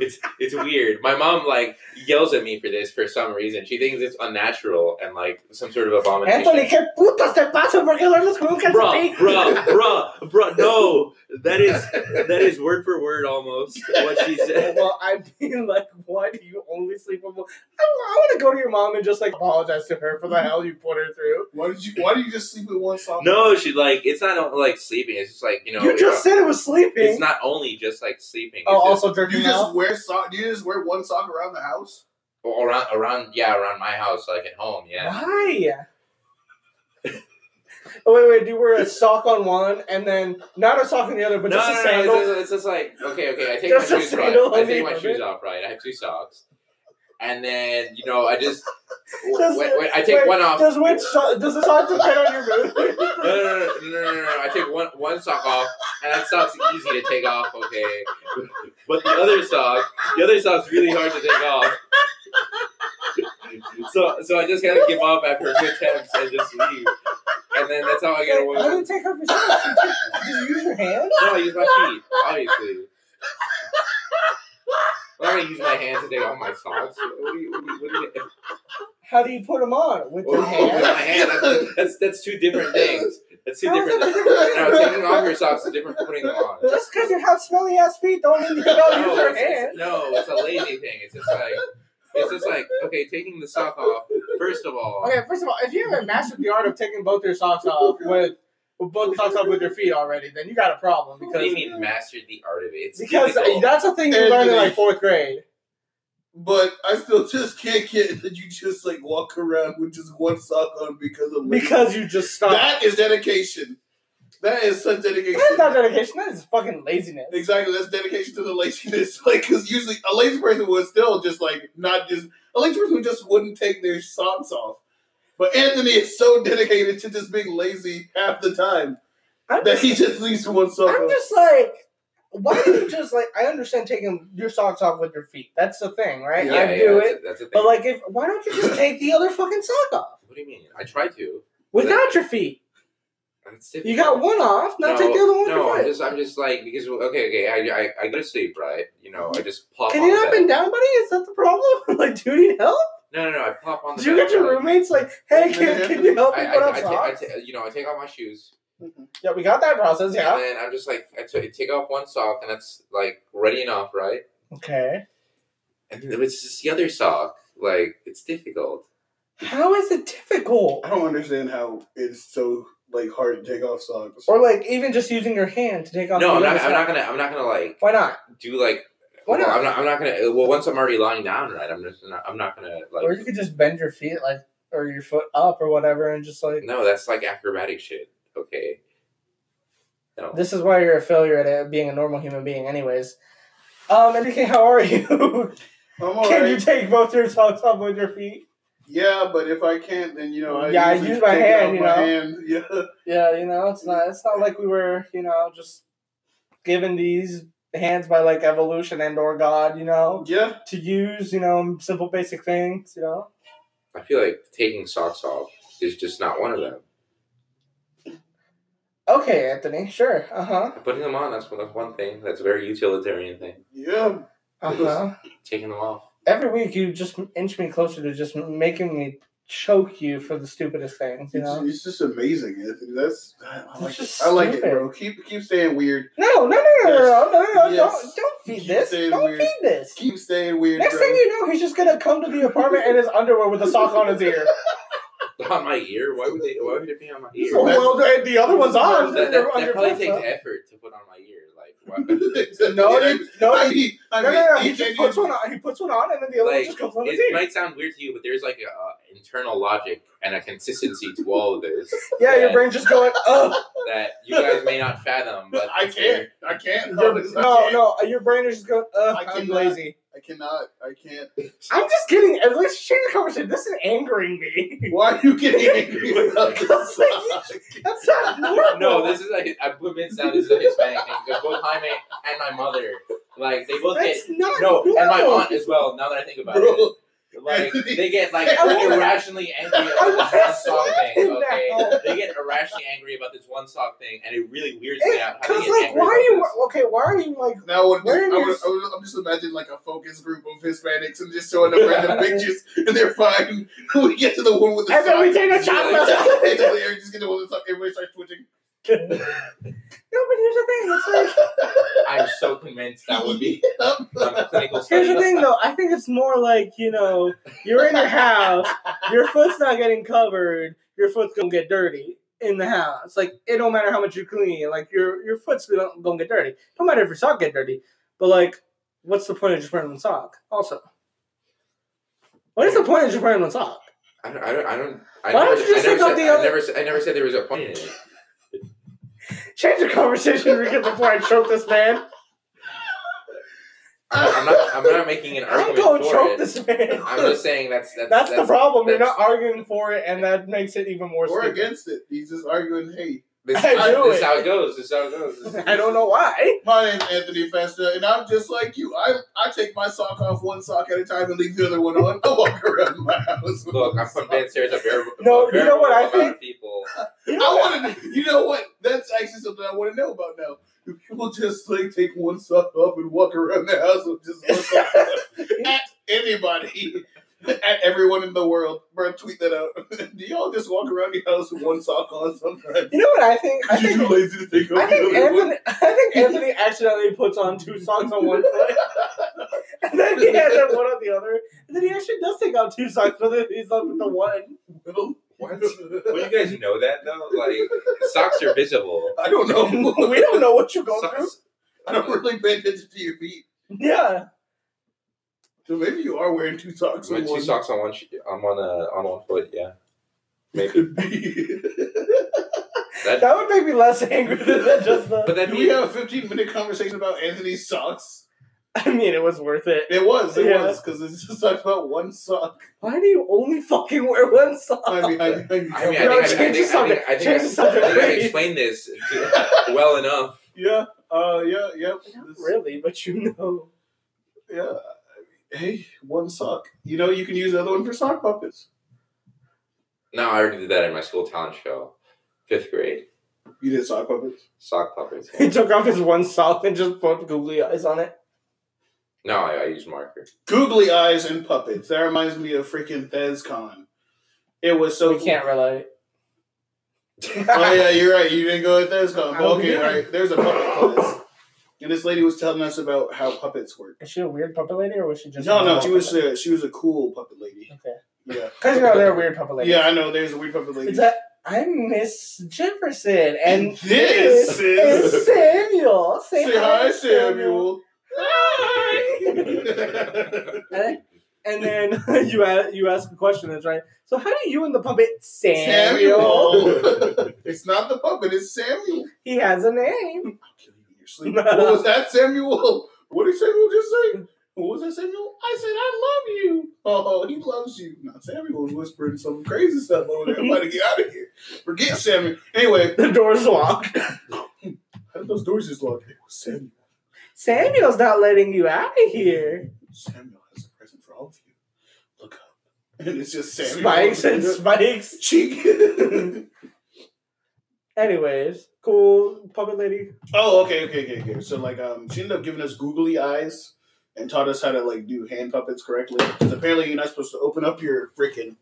It's it's weird. My mom like yells at me for this for some reason. She thinks it's unnatural and like some sort of abomination. Anthony, ¿qué putas te pasa? ¿Por qué duermes con un Bruh, calcetín? bruh, bruh, bruh. No, that is that is word for word almost what she said. well, I mean, like, why do you only sleep with one? I, want to go to your mom and just, like, apologize to her for the hell you put her through. Why did you? Why do you just sleep with one sock? No, she like it's not like sleeping. It's just like you know. you just said it was It's sleeping. not only just like sleeping. It's oh, just also jerking You just off? wear sock. You just wear one sock around the house. around around yeah around my house like at home yeah. Why? oh, wait, wait, do you wear a sock on one and then not a sock on the other, but no, just no, a no, sandal? it's just, it's just like okay, okay. I take Just my a shoes right. sandal I on take the my other. shoes off right. I have two socks, and then you know I just Does wait, it- wait, I take wait, one off. Does which so- does the sock depend on your mood? No, no, no, no, no, no, no, no. I take one one sock off, and that sock's easy to take off. Okay, but the other sock, the other sock's really hard to take off. So, so I just gotta give up after a few attempts and just leave, and then that's how I get Wait, How do away. you take off your socks? You take- Do you use your hand? No, I use my feet, obviously. I'm not gonna use my hands to take off my socks. What do you, what do you, what do you, How do you put them on? With Well, your with my hand? hand, that's, that's that's two different things. That's two How is different. that things. No, taking off your socks is different from putting them on. Just because you have smelly ass feet don't mean Oh, you don't use your it's, it's- hand. no, it's a lazy thing. It's just like it's just like okay, taking the sock off. First of all, Okay, first of all, if you haven't mastered the art of taking both your socks off with, with both socks off with your feet already, then you got a problem what do you because mean mastered the art of it? It's because difficult. that's a thing you learn in like fourth grade. But I still just can't get that you just like walk around with just one sock on because of Because you just stop. that is dedication. That is such dedication. That is not dedication. That is fucking laziness. Exactly, that's dedication to the laziness. Like, because usually a lazy person would still just like not just a lazy person just wouldn't take their socks off. But Anthony is so dedicated to just being lazy half the time I'm that just, he just leaves one sock. I'm off. just like, why do you just like? I understand taking your socks off with your feet. That's the thing, right? yeah, I yeah, do that's it. A, that's a thing. But like, if why don't you just take the other fucking sock off what do you mean? I try to. without your feet? That's difficult. You got one off. Now take the other one. No, off. I'm just, I'm just like because okay, okay, I, I, I go to sleep, right? You know, I just plop. Can on you the not bed. been down, buddy? Is that the problem? like, do you need help? No, no, no, I plop on the. Do you bed, get your right? roommates like, hey, can, can you help me I, put I, on I, ta- I socks? ta- you know, I take off my shoes. yeah, we got that process. And then I'm just like, I t- take off one sock, and that's like ready enough, right? Okay. And then it's just the other sock. Like it's difficult. How is it difficult? I don't understand how it's so like hard to take off socks. Or like even just using your hand to take off. No, I'm the not. other I'm sock. not gonna. I'm not gonna like Why not? do like. Why well, not? I'm not. I'm not gonna. uh, Well, once I'm already lying down, right? I'm just. Not, I'm not gonna or like. you could just bend your feet like or your foot up or whatever and just like No, that's like acrobatic shit. Okay. No. this is why you're a failure at uh, being a normal human being anyways um NDK, how are you I'm can you alright. take both your socks off with your feet Yeah, but if I can't, then you know I Yeah, I usually use my take it out hand, you my know. hand. Yeah. yeah you know it's not it's not like we were you know just given these hands by like evolution and or god you know Yeah, to use you know simple basic things you know I feel like taking socks off is just not one of them. Okay, Anthony. Sure. Uh huh. Putting them on, that's one, that's one thing. That's a very utilitarian thing. Yeah. Uh huh. Taking them off. Every week you just inch me closer to just making me choke you for the stupidest things. You know. It's, it's just amazing. Anthony. That's I I like, just it. I like it, stupid. bro. Keep keep staying weird. No, no, no, no, no, no, no, no, no, Yes. Don't, don't feed Keep this. saying Don't weird- feed this. Keep staying weird, Next bro. thing you know, he's just gonna come to the apartment in his underwear with a sock on his ear. On my ear? Why would they? Why would it be on my ear? So, well, the, the other one's on. that, that, on that your probably torso. takes effort to put on my ear. Like, what? no, I- you, no, I you- mean, I no, no, no, He mean, just EJ puts one on. He puts one on, and then the other one like just comes on his it ear. might sound weird to you, but there's like a uh, internal logic and a consistency to all of this Yeah, your Yeah. brain just going. Oh that you guys may not fathum. But I it's can't. there. I can't. no, no, no, your brain is just going. Ugh, I I'm cannot- lazy. I cannot. I can't. I'm just kidding. At least change the conversation. This is angering me. Why are you getting angry about this? That's not normal. No, this is like I convinced that this is a Hispanic thing because both Jaime and my mother, like they both get That's not no, normal. and my aunt as well. Now that I think about Bro, it, like they get like I wanna- irrationally angry I about wanna this one sock slap thing. him Okay, now. they get irrationally angry about this one sock thing, and it really weirds me out. How they Because get like, angry why are you about this. okay? Why are you like? now I would, Where I in would, I your- would, I'm just imagining like a focus group of Hispanics and just showing up random pictures and they're fine. we get to the one with the And then we sock. take a shot. Everybody just get the one with the sock. Everybody starts twitching. No, but here's the thing. It's like. I'm so convinced that would be a clinical study. Here's the thing, though. I think it's more like you know, you're in your house, your foot's not getting covered, your foot's gonna get dirty in the house. Like it don't matter how much you clean, like your your foot's gonna gonna get dirty. Don't matter if your sock get dirty, but like, what's the point of just wearing one sock? Also, what is the point of just wearing one sock? I don't. I don't. I don't I Why never, don't you just I never take out said, the other- I never, said- I never said there was a point in it. Change the conversation, Rika, before I choke this man. I, I'm not. I'm not making an I'm argument gonna for choke it. this man. I'm just saying that's that's That's, the problem. You're not that's- arguing for it, and that makes it even more. We're stupid. against it. He's just arguing, hey, This, I I knew this it. how it goes. This is how it goes. This is- I don't know why. My name's Anthony Festa, and I'm just like you. I I take my sock off one sock at a time and leave the other one on. I walk around my house. with Look, one I'm sock. convinced there's a very No, you know what I think? People. You know what? I want to. You know what? That's actually something I want to know about now. Do people just like take one sock off and walk around the house with just one sock on? at anybody? At everyone in the world, bro, tweet that out. Do y'all just walk around your house with one sock on sometimes? You know what I think? I You're too think, lazy to take off I think the other one? Anthony. I think Anthony accidentally puts on two socks on one foot, and then he has that one on the other, and then he actually does take out two socks, but then he's left with the one. What? Well, you guys know that though. Like socks are visible. I don't know. We don't know what you're going through. Socks. I don't really pay attention to your feet. Yeah, So maybe you are wearing two socks. With and two one. socks on one. sh- I'm on a on one foot. Yeah. Maybe. Could be. that would make me less angry than that just But the. that Did we means have a 15 minute conversation about Anthony's socks? I mean, it was worth it. It was, it Yeah. was, because it's just talked about one sock. Why do you only fucking wear one sock? I mean, I, mean, I mean, No, I think, I, change the think, I, think, subject. I, Change the think, I, subject, think I please. explained this to- well enough. yeah, uh, yeah, yeah. Not This- really, but you know. Yeah. I mean, Hey, one sock. You know, you can use the other one for sock puppets. No, I already did that in my school talent show, fifth grade, You did sock puppets. sock puppets. He took off his one sock and just put googly eyes on it. No, I, I used marker. Googly eyes and puppets. That reminds me of freaking ThezCon. It was so. we can't relate. oh yeah, you're right. You didn't go at this. Huh? I Okay, didn't. all right. There's a puppet class, and this lady was telling us about how puppets work. Is she a weird puppet lady, or was she just? No, no, she was a, she was a cool puppet lady. Okay. Yeah, Because you know they're weird puppet ladies. yeah, I know. There's a weird puppet lady. It's that I'm Miss Jefferson, and This this is- is Samuel. Say, Say hi, Samuel. Hi. And, and then you a- you ask a question. That's right. So how do you and the puppet Samuel? Samuel. it's not the puppet. It's Samuel. He has a name. I'll kill you in your sleep. What was that, Samuel? What did Samuel just say? What was that, Samuel? I said, I love you. Oh, he loves you. Now, Samuel was whispering some crazy stuff over there. I'm about to get out of here. Forget Samuel. Anyway, The door's locked. how did those doors just lock? It was Samuel. Samuel's not letting you out of here. Samuel has a present for all of you. Look up. and it's just Samuel. Spikes and spikes. cheek. Anyways, cool puppet lady. oh, okay, okay, okay, okay. So like, um, she ended up giving us googly eyes and taught us how to like do hand puppets correctly. Because apparently, you're not supposed to open up your freaking,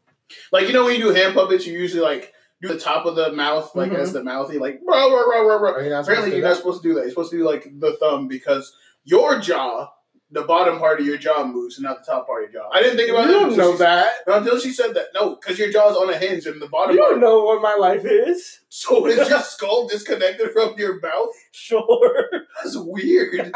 like you know when you do hand puppets, you usually like do the top of the mouth like Mhm. as the mouth. You like rah, rah, rah, rah, rah. Are you not supposed Apparently, to do you're not that? supposed to do that. You're supposed to do like the thumb because your jaw, the bottom part of your jaw moves, and not the top part of your jaw. I didn't think You about that. don't until know she- that. Until she said that, no, because your jaw's on a hinge and the bottom You part. don't know what my life is. So is your skull disconnected from your mouth? Sure. That's weird.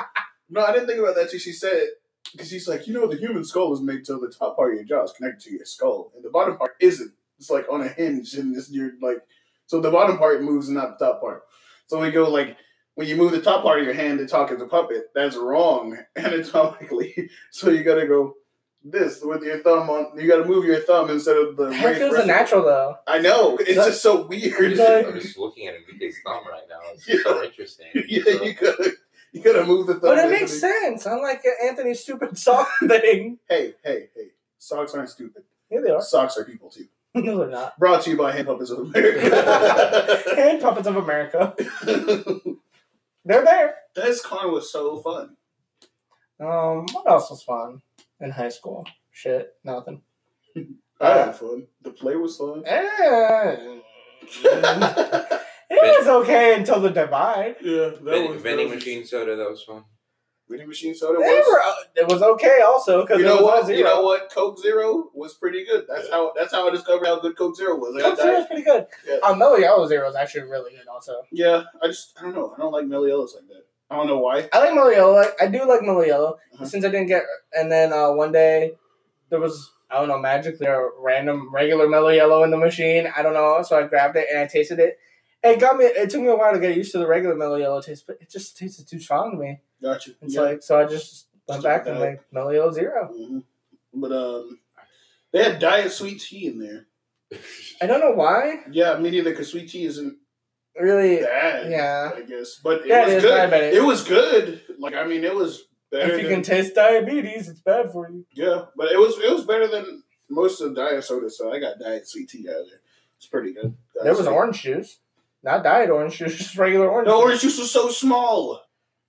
no, I didn't think about that till she said it. Because she's like, you know, the human skull is made till the top part of your jaw is connected to your skull, and the bottom part isn't. It's like on a hinge, and it's you're like, so the bottom part moves, and not the top part. So we go like, when you move the top part of your hand to talk as a puppet, that's wrong anatomically. so you gotta go this with your thumb on. You gotta move your thumb instead of the. Heck, raised it was a rest- natural though. I know it's That- just so I'm weird. just, I'm just looking at Enrique's thumb right now. It's so interesting. yeah, you gotta you gotta move the thumb. But it into makes the- sense. Unlike Anthony's stupid sock thing. Hey, hey, hey! Socks aren't stupid. Here they are. Socks are people too. no, they're not. Brought to you by Hand Puppets of America. Hand puppets of America. They're there. this con was so fun. Um, what else was fun in high school? Shit, nothing. I Ah. had fun. The play was fun. Eh, it was okay until the divide. yeah, that Vending, was vending that was- machine soda, that was fun. Vending machine soda They were, uh, was. it was okay also because You it know was what? a zero. You know what? Coke Zero was pretty good. That's Yeah. how. That's how I discovered how good Coke Zero was. I got Coke Zero that- is pretty good. Yeah. Um, Mellow Yellow Zero is actually really good also. Yeah, I just I don't know. I don't like Melly Ellis like that. I don't know why. I like Mellow Yellow. I, I do like Mellow Yellow. Uh-huh. Since I didn't get, and then uh, one day there was I don't know magically a random regular Mellow Yellow in the machine. I don't know, so I grabbed it and I tasted it. It got me. It took me a while to get used to the regular Mellow Yellow taste, but it just tasted too strong to me. Gotcha. It's Yeah. like so I just went Just back took and that. like Mellow Yellow Zero. Mhm. But um, they had diet sweet tea in there. I don't know why. Yeah, me neither. Because sweet tea isn't Really, bad. yeah. I guess, but it Yeah, it was is good. diabetic. It was good. Like I mean, it was better. If you can than, taste diabetes, it's bad for you. yeah, but it was it was better than most of the diet soda. So I got diet sweet tea out of there. It's pretty good. Diet There was sweet- orange juice, not diet orange juice, just regular orange. The juice. orange juice was so small.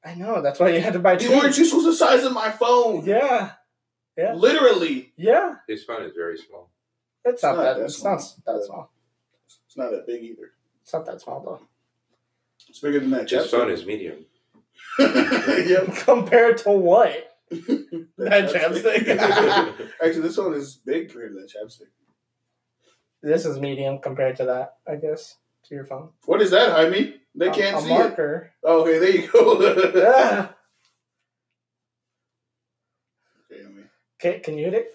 I know that's why you had to buy two. The orange juice was the size of my phone. Yeah, yeah. Literally, yeah. His phone is very small. It's not, not that. that It's not small. that small. it's not that big either. It's not that small though. It's bigger than that. His phone is medium. yep. Compared to what? That chapstick. Actually, this one is big compared to that chapstick. This is medium compared to that, I guess. To your phone. What is that, Jaime? They A- can't a, see it. marker. Oh, okay, there you go. Ah. Okay, Jaime. Can, can you hit it?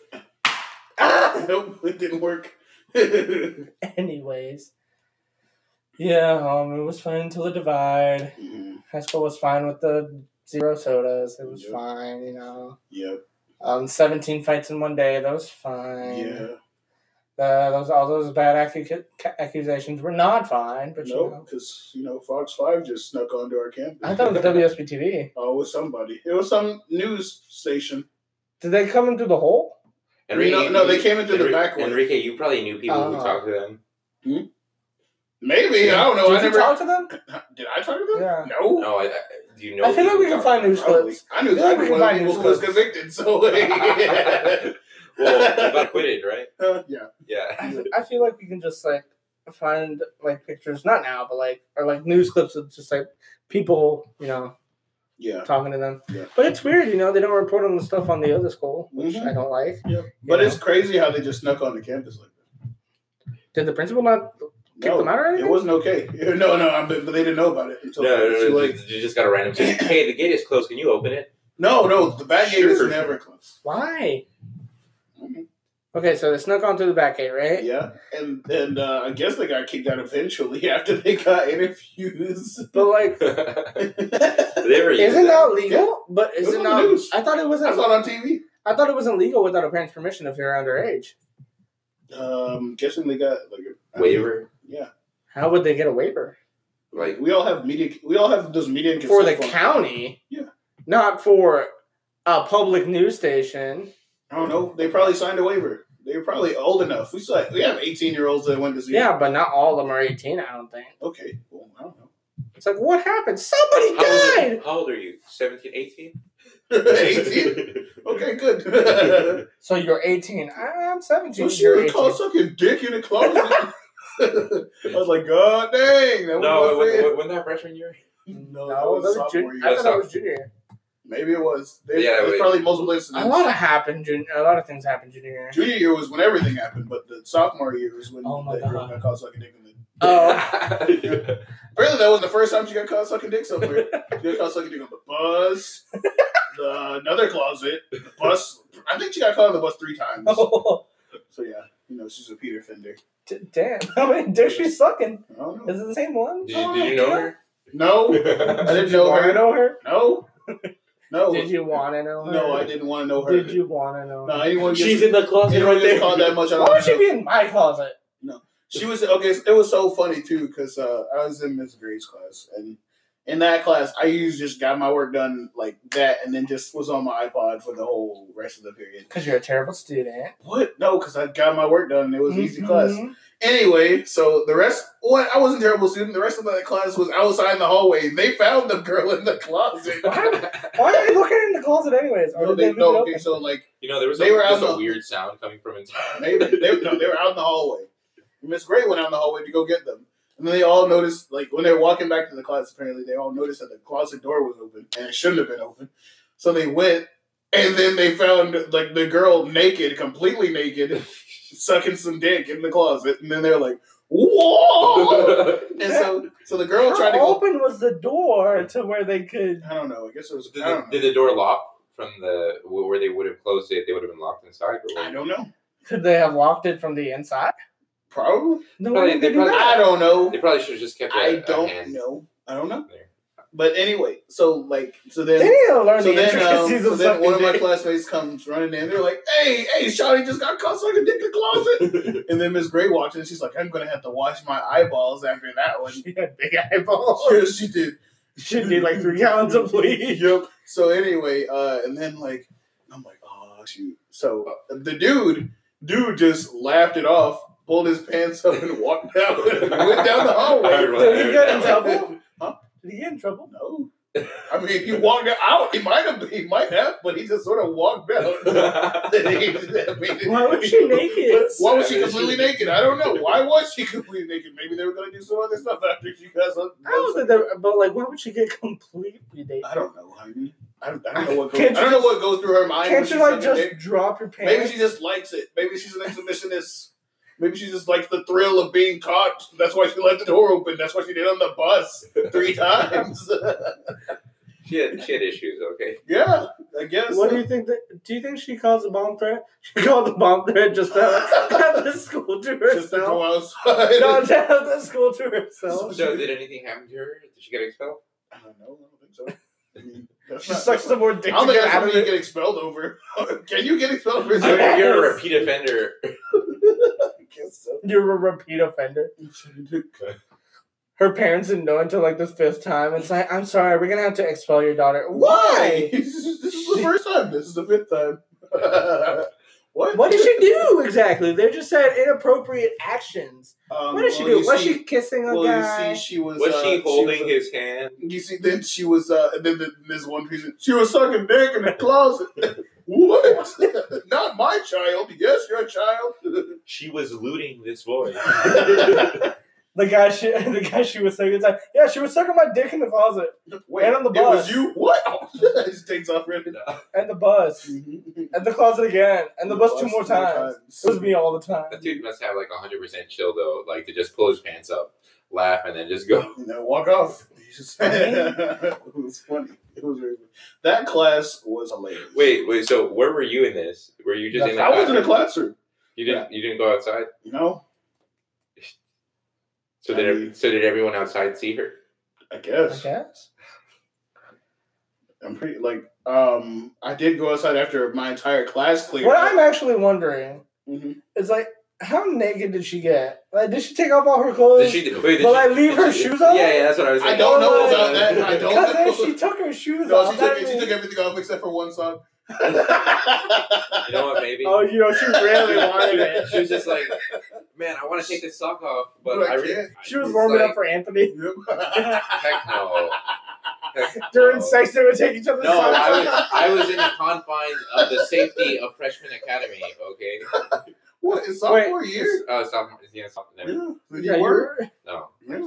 Ah! nope, it didn't work. Mhm. Anyways. Yeah, um, it was fun until the divide. High school was fine with the zero sodas. It was Yep. fine, you know. Yep. Um, 17 fights in one day. That was fine. Yeah. Uh, those all those bad accu- accusations were not fine, but you No, know. because you know Fox Five just snuck onto our campus. I thought it was WSB TV. Oh, it was somebody. It was some news station. Did they come in through the hole? No, no, they came in through the back one. Enrique, you probably knew people who Oh. talked to them. Maybe I don't know. Did I you never talk to them? did. I talk to them. Yeah. No. No, I, I, do you know? I feel like people we who can talked to find them? news Probably. clips. I knew Yeah, we that one can find who news was clips. convicted. So well, you got acquitted, right? Uh, yeah. I Yeah. feel, I feel like we can just like find like pictures, not now, but like or like news clips of just like people, you know, Yeah. talking to them. Yeah. But it's weird, you know, they don't report on the stuff on the other school, which Mhm. I don't like. Yep. you But know. it's crazy how they just snuck onto campus like that. did the principal not? Kicked no, them out or it anything? wasn't okay. No, no, I'm, but they didn't know about it until No, no, no, too no, late. you just got a random. hey, the gate is closed. Can you open it? No, no, the back gate is Sure. never closed. Why? Okay, so they snuck on through the back gate, right? Mm-hmm. Yeah, and and uh, I guess they got kicked out eventually after they got interviews. But like, they That's were isn't using that legal? But was isn't on the that? news. I thought it wasn't. not on TV. I thought it wasn't legal without a parent's permission if you're underage. Um, guessing they got like a waiver. Yeah, How would they get a waiver Like we all have media. We all have those media and for the consent forms. county? Yeah. Not for a public news station. I don't know. They probably signed a waiver. They're probably old enough. We still have, we have eighteen year olds that went to see. Yeah, but not all of them are 18, I don't think. Okay. Well, I don't know. It's like, what happened? Somebody How old, died! how old are you? 17, 18? 18? Okay, good. So you're 18. I'm 17. so she you're was 18. caught sucking dick in the closet. I was like, God dang. That no, it was was, it. wasn't that freshman year? No, that No, was that was sophomore junior. year. I thought that Sophomore. was junior. Maybe it was. There's, Yeah, there's wait. probably multiple incidents. A lot of happened. Junior, a lot of things happened junior year. Junior year was when everything happened, but the sophomore year was when Oh my that girl God. got caught sucking dick. In the... Oh, Apparently, that was the first time she got caught sucking dick somewhere. she got caught sucking dick on the bus, the, another closet, the bus. I think she got caught on the bus three times. So yeah, you know she's a Peter Fender. D- damn. How many dicks she sucking? I don't know. Is it the same one? Oh, Did you, did you know her? No, I didn't know Want to her. know her? No, no, Did you want to know her? no. I didn't want to know her. Did you want to know No, her? anyone gets, She's in the closet anyone right gets there. caught that much. I don't Why would she know. be in my closet? She was okay. It was so funny too because uh, I was in Miss Gray's class, and in that class, I usually just got my work done like that, and then just was on my iPod for the whole rest of the period. Because you're a terrible student. What? No, because I got my work done. and It was easy class. Mhm. Anyway, so the rest, what? I wasn't a terrible student. The rest of the class was outside in the hallway. They found the girl in the closet. Why, why are they looking in the closet anyways? Or No, did they, they, leave no, it okay, open? so like You know, there was, They a, were there was out a of- weird sound coming from inside. Maybe they, no, they were out in the hallway. Miss Gray went out in the hallway to go get them, and then they all noticed, like when they were walking back to the closet. Apparently, they all noticed that the closet door was open and it shouldn't have been open. So they went, and then they found like the girl naked, completely naked, sucking some dick in the closet, and then they were like, "Whoa!" and so, so the girl How tried to go. open was the door to where they could. I don't know. I guess it was. Did I the, don't know. did the door lock from the where they would have closed it? They would have been locked inside. Or I don't know. Could they have locked it from the inside? Probably. No, Probably- why did they they do probably- that? I don't know. They probably should have just kept. I I a, a don't hand know. I don't know. There. But anyway, so like, so then. They need to learn So the then, um, intricacies so of then something. one of my classmates comes running in. They're like, "Hey, hey, Shawty just got caught sucking dick in the closet." and then Miss Gray walks in. She's like, "I'm gonna have to wash my eyeballs after that one." She had big eyeballs. Sure, she did. She need like three gallons of bleach. Yep. So anyway, uh, and then like, I'm like, "Oh shoot!" So uh, the dude, dude just laughed it off, pulled his pants up, and walked out. and went down the I hallway. heard one- I Did he heard get that one. in trouble? Huh? Did he get in trouble? No. I mean, he walked out. He might have. He might have, but he just sort of walked out. Why was she naked? Why was she completely naked? I don't know. Why was she completely naked? Maybe they were gonna do some other stuff after she got some. I don't think that, but like, why would she get completely naked? I don't know, honey. I don't, I don't know what goes. Can't I don't know what goes through her mind. when Can't you she's like sucking just dick. drop your pants? Maybe she just likes it. Maybe she's an exhibitionist. Maybe she just likes the thrill of being caught. That's why she left the door open. That's what she did on the bus three times. She had, she had issues. Okay. yeah, I guess. What do you think? That, do you think she calls a bomb threat? She called a bomb threat just to have the school to just to herself. go outside. No, to have the school to herself. So did anything happen to her? Did she get expelled? I don't know. I don't think so. That's She not- sucks some more dick I don't to think get that's out something of you it. get expelled over. Can you get expelled for I something? mean, you're a repeat offender. I guess so. You're a repeat offender. Her parents didn't know until like the fifth time. It's like, I'm sorry, we're gonna have to expel your daughter. Why? this is the first time. This is the fifth time. what? What did she do exactly? They just said inappropriate actions. Um, What did she well, do? you Was see- she oh, kissing a Well, guy? you see, she was. Was uh, she holding was, his hand? You see, then she was. Uh, and then the, there's one piece. Of, she was sucking dick in the closet. what? Not my child. Yes, your child. She was looting this boy. the guy she, the guy she was sucking. It's like, yeah, she was sucking my dick in the closet Wait, And on the it was bus. you. What? just takes off running. and the bus And and the closet again and the, bus, two more times. It was me all the time. That dude must have like 100% chill though, like to just pull his pants up, laugh, and then just go. And then walk off. He just- it was funny. It was very funny. That class was hilarious. Wait, wait. So where were you in this? Were you just in? The I was in a classroom? classroom. You didn't. You didn't go outside. You know, So I did. ev- mean- so did everyone outside see her? I guess guess. I'm pretty like um. I did go outside after my entire class cleared. uh, What up. I'm actually wondering Mhm. is like, how naked did she get? Like, did she take off all her clothes? Did she? Wait, did Uh, Will she, I leave did her she- shoes on? Yeah, yeah. That's what I was. I Thinking. don't know Oh, about that. I don't Because know. then she took her shoes no, off. she That took, it- she means- took everything off except for one sock. You know what? Maybe. oh, you know, she really wanted it. She was just like, man, I want to take this sock off, but, But I I really. can't." She was it's warming like, up for Anthony Heck no. Heck during no. sex. They would take each other's No, socks I was, off. I was in the confines of the safety of freshman academy. Okay. what? It's sophomore year? Uh, sophomore, yeah, Yeah. sophomore. Did Yeah, you you work? were, No. Yeah.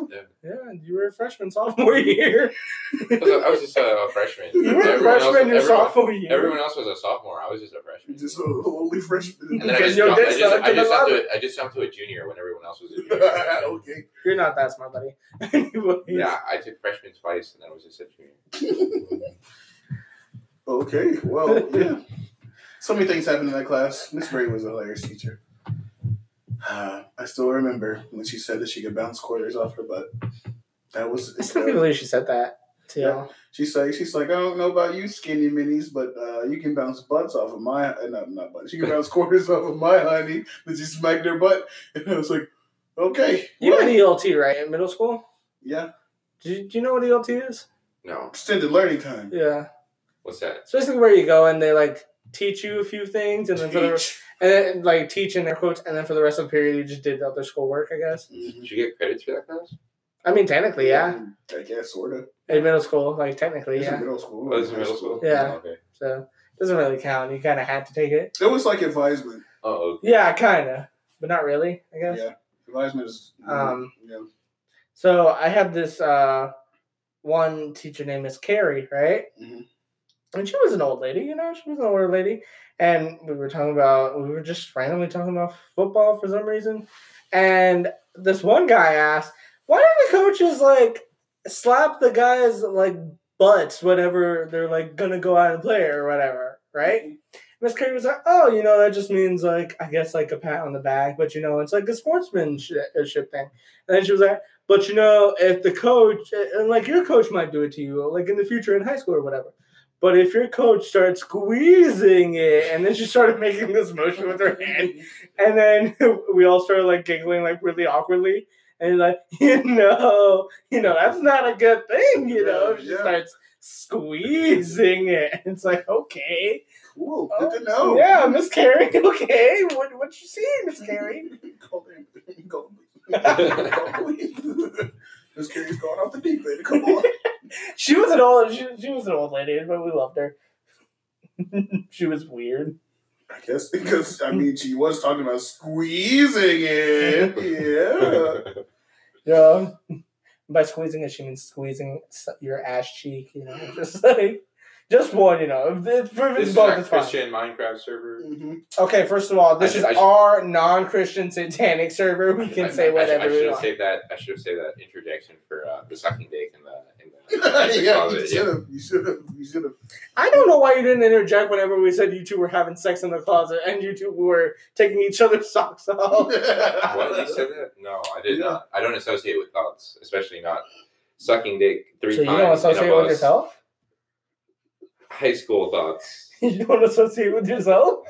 yeah, you were a freshman sophomore year. I was, I was just a, freshman. You were a Everyone else- freshman your everyone- sophomore year. Everyone else was a sophomore. I was just a freshman. Just a lonely freshman. And then I Because just, your jumped, I dick's just, not I gonna just, jumped love to, a- I just jumped to a junior when everyone else was a junior. okay. You're not that smart, buddy. Anyways. yeah, I took freshman twice, and then I was just a junior. Okay. Well, yeah. So many things happened in that class. Miss Bray was a hilarious teacher. Uh, I still remember when she said that she could bounce quarters off her butt. That was. I still can't believe she said that to Yeah. y'all. She's like, she's like, I don't know about you, skinny minis, but uh, you can bounce butts off of my, uh, not not butts, you can bounce quarters off of my honey. But she smacked her butt, and I was like, okay, You well, had ELT, right, in middle school? yeah, Do you, do you know what ELT is? No, extended learning time. Yeah. what's that? It's basically where you go and they, like, teach you a few things and then, for the, Teach. and then like, teach in their quotes and then for the rest of the period you just did other schoolwork, I guess. Mhm. Did you get credits for that class? I mean, technically, yeah. Mm-hmm. I guess sorta. In middle school, like, technically, It's in yeah. middle school. Oh, this is high middle school. Yeah. Oh, okay. So, doesn't really count. You kind of had to take it. It was like advisement. Oh, okay. Yeah, kind of. But not really, I guess. Yeah, advisement is. Um, yeah. So I had this uh, one teacher named Miss Carrie, right? Mhm. And she was an old lady, you know, she was an older lady. And we were talking about, we were just randomly talking about football for some reason. And this one guy asked, why do the coaches like slap the guys like butts whenever they're like gonna go out and play or whatever, right? Miss Carrie was like, "Oh, you know, that just means like I guess like a pat on the back, but you know, it's like a sportsmanship thing." And then she was like, "But you know, if the coach and like your coach might do it to you, like in the future in high school or whatever." But if your coach starts squeezing it, and then she started making this motion with her hand, and then we all started like giggling like really awkwardly, and like you know, you know that's not a good thing, you know. If she Yeah. starts squeezing it, it's like okay, Cool. Oh, Good to know. yeah, Miss Carey. Okay, what what you see, Miss Carey? Call them. Call them. Call them. This kid is going off the deep end. Come on. She was an old she, she was an old lady, but we loved her. she was weird. I guess because I mean she was talking about squeezing it. Yeah. Yeah. By squeezing it, she means squeezing s- your ass cheek. You know, just like just one. You know, if, if This it's is both, our it's fine. Christian Minecraft server. Mhm. Okay, first of all, this I- is I- our non-Christian satanic server. We I- can I- say whatever I, should- I we should have want. saved that. I should have saved that interjection for uh, the sucking dick in the in the, in the yeah, you closet. should have. You should have. You should have. I don't know why you didn't interject whenever we said you two were having sex in the closet and you two were taking each other's socks off. What you Oh. said that? No, I did Yeah. not. I don't associate with thoughts, especially not sucking dick three so you times. don't in a associate with bus. yourself? High school thoughts. You don't associate with yourself?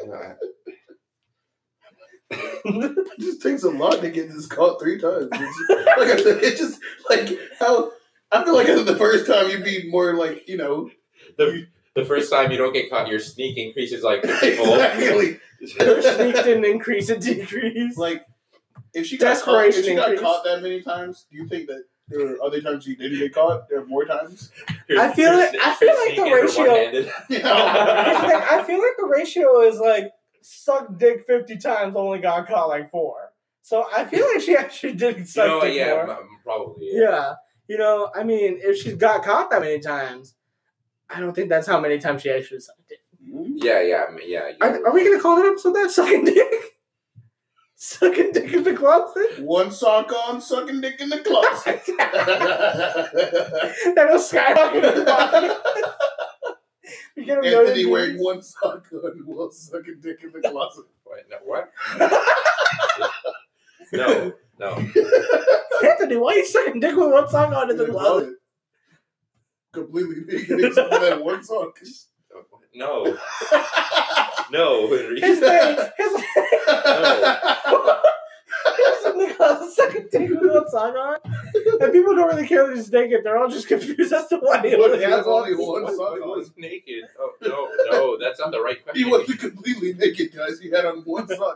It just takes a lot to get this caught three times. It's just- like I said, it just like how I feel like the first time you'd be more like you know the, the first time you don't get caught, your sneak increases like fiftyfold. exactly Your sneak didn't increase and decrease. like if she got caught, if she Desperation got increase. caught that many times, do you think that there were other times you didn't get caught? There were more times. Your- I feel your it- sne- I feel your like the sneak into ratio- one-handed. You know? It's like, I feel like the ratio is like suck dick 50 times, only got caught like four. So I feel like she actually did You suck know, dick yeah, more. m- probably. Yeah. You know, I mean, if she's got caught that many times, I don't think that's how many times she actually sucked dick. Yeah, yeah, m- yeah. you- Are, are we going to call that episode that? Sucking dick? Sucking dick in the closet? One sock on, sucking dick in the closet. That'll skyrocket the podcast. We get a Anthony million wearing views. one sock on while sucking dick in the closet. What? No, what? no, no. Anthony, why you sucking dick with one sock on in the closet? Completely naked except for that one sock. No. No. His name, his name is in the closet sucking dick with one sock on. and people don't really care that he's naked. They're all just confused as to what he What was. the That's only one What- sock what on. was naked. Oh, no, no, that's not the right He question. wasn't completely naked, guys. He had on one sock. Um,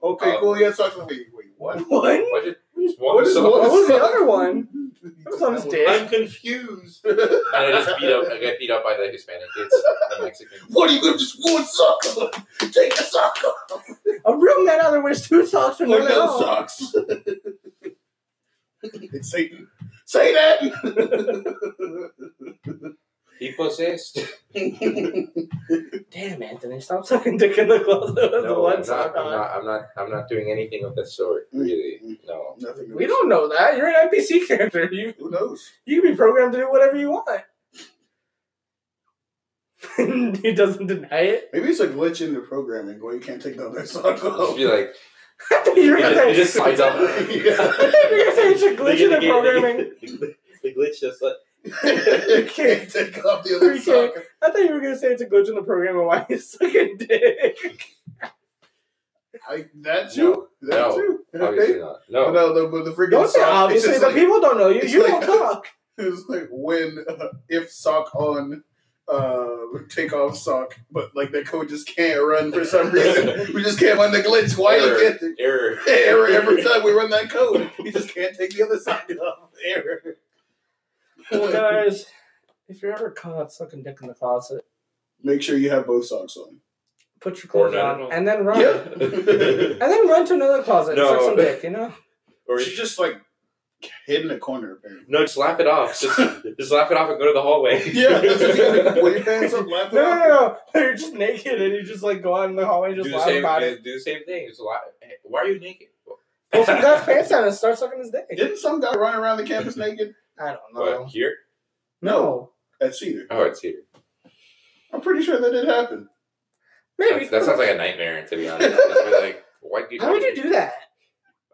Okay, Oh. cool. He had socks on. Wait, wait, what? One? Why did- just What one is sock? one What was the sock? other one? It was on his dick. I'm confused. And I just beat up. I got beat up by the Hispanic kids, the Mexican. What are you gonna just one sock on? Take the sock off. A real man out there wears two socks and Look one at those out. socks. it's Satan. Satan. He possessed. Damn, Anthony, stop sucking dick in the closet with the No, one I'm sock not, I'm on. not. I'm not. I'm not doing anything of that sort. Really, no. Nothing. We don't know that. You're an NPC character. You Who knows? you can be programmed to do whatever you want. he doesn't deny it. Maybe it's a glitch in the programming where you can't take down that sock Just off. be like, I thought you were he gonna just, say he just slides up. I thought you were gonna say it's a glitch in the programming. The glitch just like can't take off the other You sock. can't. I thought you were gonna say it's a glitch in the programming why he's sucking dick. I, that No. too. That No. too. obviously not. But No, no, the, but the freaking Don't say sock, obviously. It's The just like, people don't know you. it's You like- don't talk. it's like when uh, if sock on, uh, take off sock, but like that code just can't run for some reason. we just can't run the glitch. Why you Error. can't? take- error. Error every time we run that code. You just can't take the other sock off. Error. Well, guys, if you're ever caught sucking dick in the closet, Make sure you have both socks on. put your clothes Or not at on all. and then run. Yeah. And then run to another closet and No. suck some dick. You know. Or She's just like hid in a corner apparently. no, just laugh it off. Just, just laugh it off and go to the hallway. Yeah, that's what you do. Put your pants up, laugh it No, off. no, no, no. You're just naked and you just like go out in the hallway and do just the laugh same. about do, it. do the same thing. Just laugh. Hey, Why are you naked? Pull some guy's pants down and start sucking his dick. Didn't some guy run around the campus naked? I don't know. What, here? No. At Cedar. Oh, it's here. I'm pretty sure that did happen. Maybe. That, that sounds like a nightmare, to be honest. Just be like, why did you? How would you do that?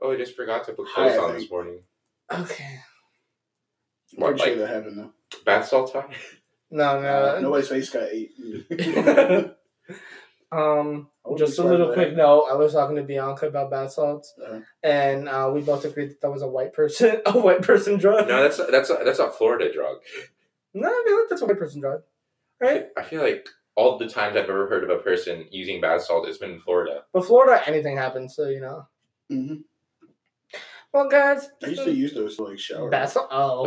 Oh, I just forgot to put Hi, clothes I on think. this morning. Okay. I'm pretty What, sure like- that happened though. Bath salt on? No, Uh, no. nobody's face got eight. um, I wouldn't just be a surprised little if that quick happened. note. I was talking to Bianca about bath salts, Uh-huh. and uh, we both agreed that that was a white person, a white person drug. No, that's that's a, that's a Florida drug. No, I feel like that's a white person drug, right? I feel like all the times I've ever heard of a person using bath salt, it's been in Florida. But Florida, anything happens, so you know. Mhm. Well, guys, I used to use those to like shower. bath salt. Oh,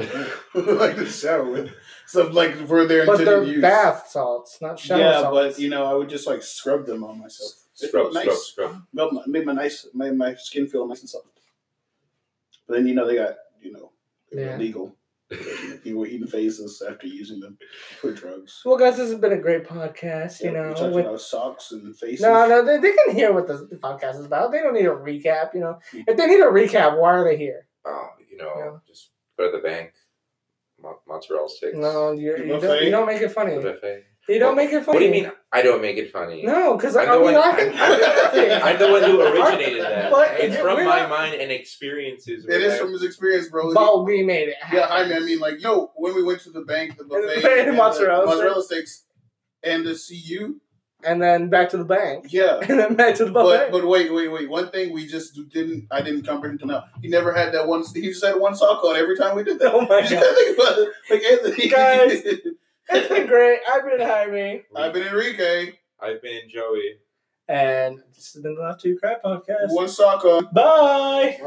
like the shower with. So like for their but intended they're use. bath salts, not shower yeah, salts. but you know, I would just like scrub them on myself. It felt Scrub, nice. scrub, scrub. Made my, made my nice, made my skin feel nice and soft. But then you know they got you know they were Yeah. illegal. People were eating faces after using them for drugs. well, guys, this has been a great podcast. You Yeah, we know, talked with about socks and faces. No, no, they, they can hear what the podcast is about. They don't need a recap, you know. Mm-hmm. If they need a recap, why are they here? Oh, you know, Uh-huh. Yeah. just go to the bank, mo- mozzarella sticks, No, you're, The you, don't, buffet? you don't make it funny. the buffet. You don't make it funny. What do you mean? I don't make it funny. No, because I'm, are the we one, laughing? I'm, I'm the one who originated that. But it's it- from we're my not- mind and experiences. It is where from his experience, bro. But we made it. yeah, I happen. mean, I mean, like, yo, when we went to the bank, the buffet, the the mozzarella mozzarella sticks, and the CU, And then back to the bank, yeah. and then back to the But buffet. but wait, wait, wait. One thing we just didn't, I didn't comprehend until now. He never had that one. He just had one sock on every time we did that. Oh my You God. gotta think about it. Like Anthony, Guys. it's been great. I've been Jaime, I, I've have been, been Enrique. I've been Joey. and this has been the Left Two Crap podcast. One sock on. Bye.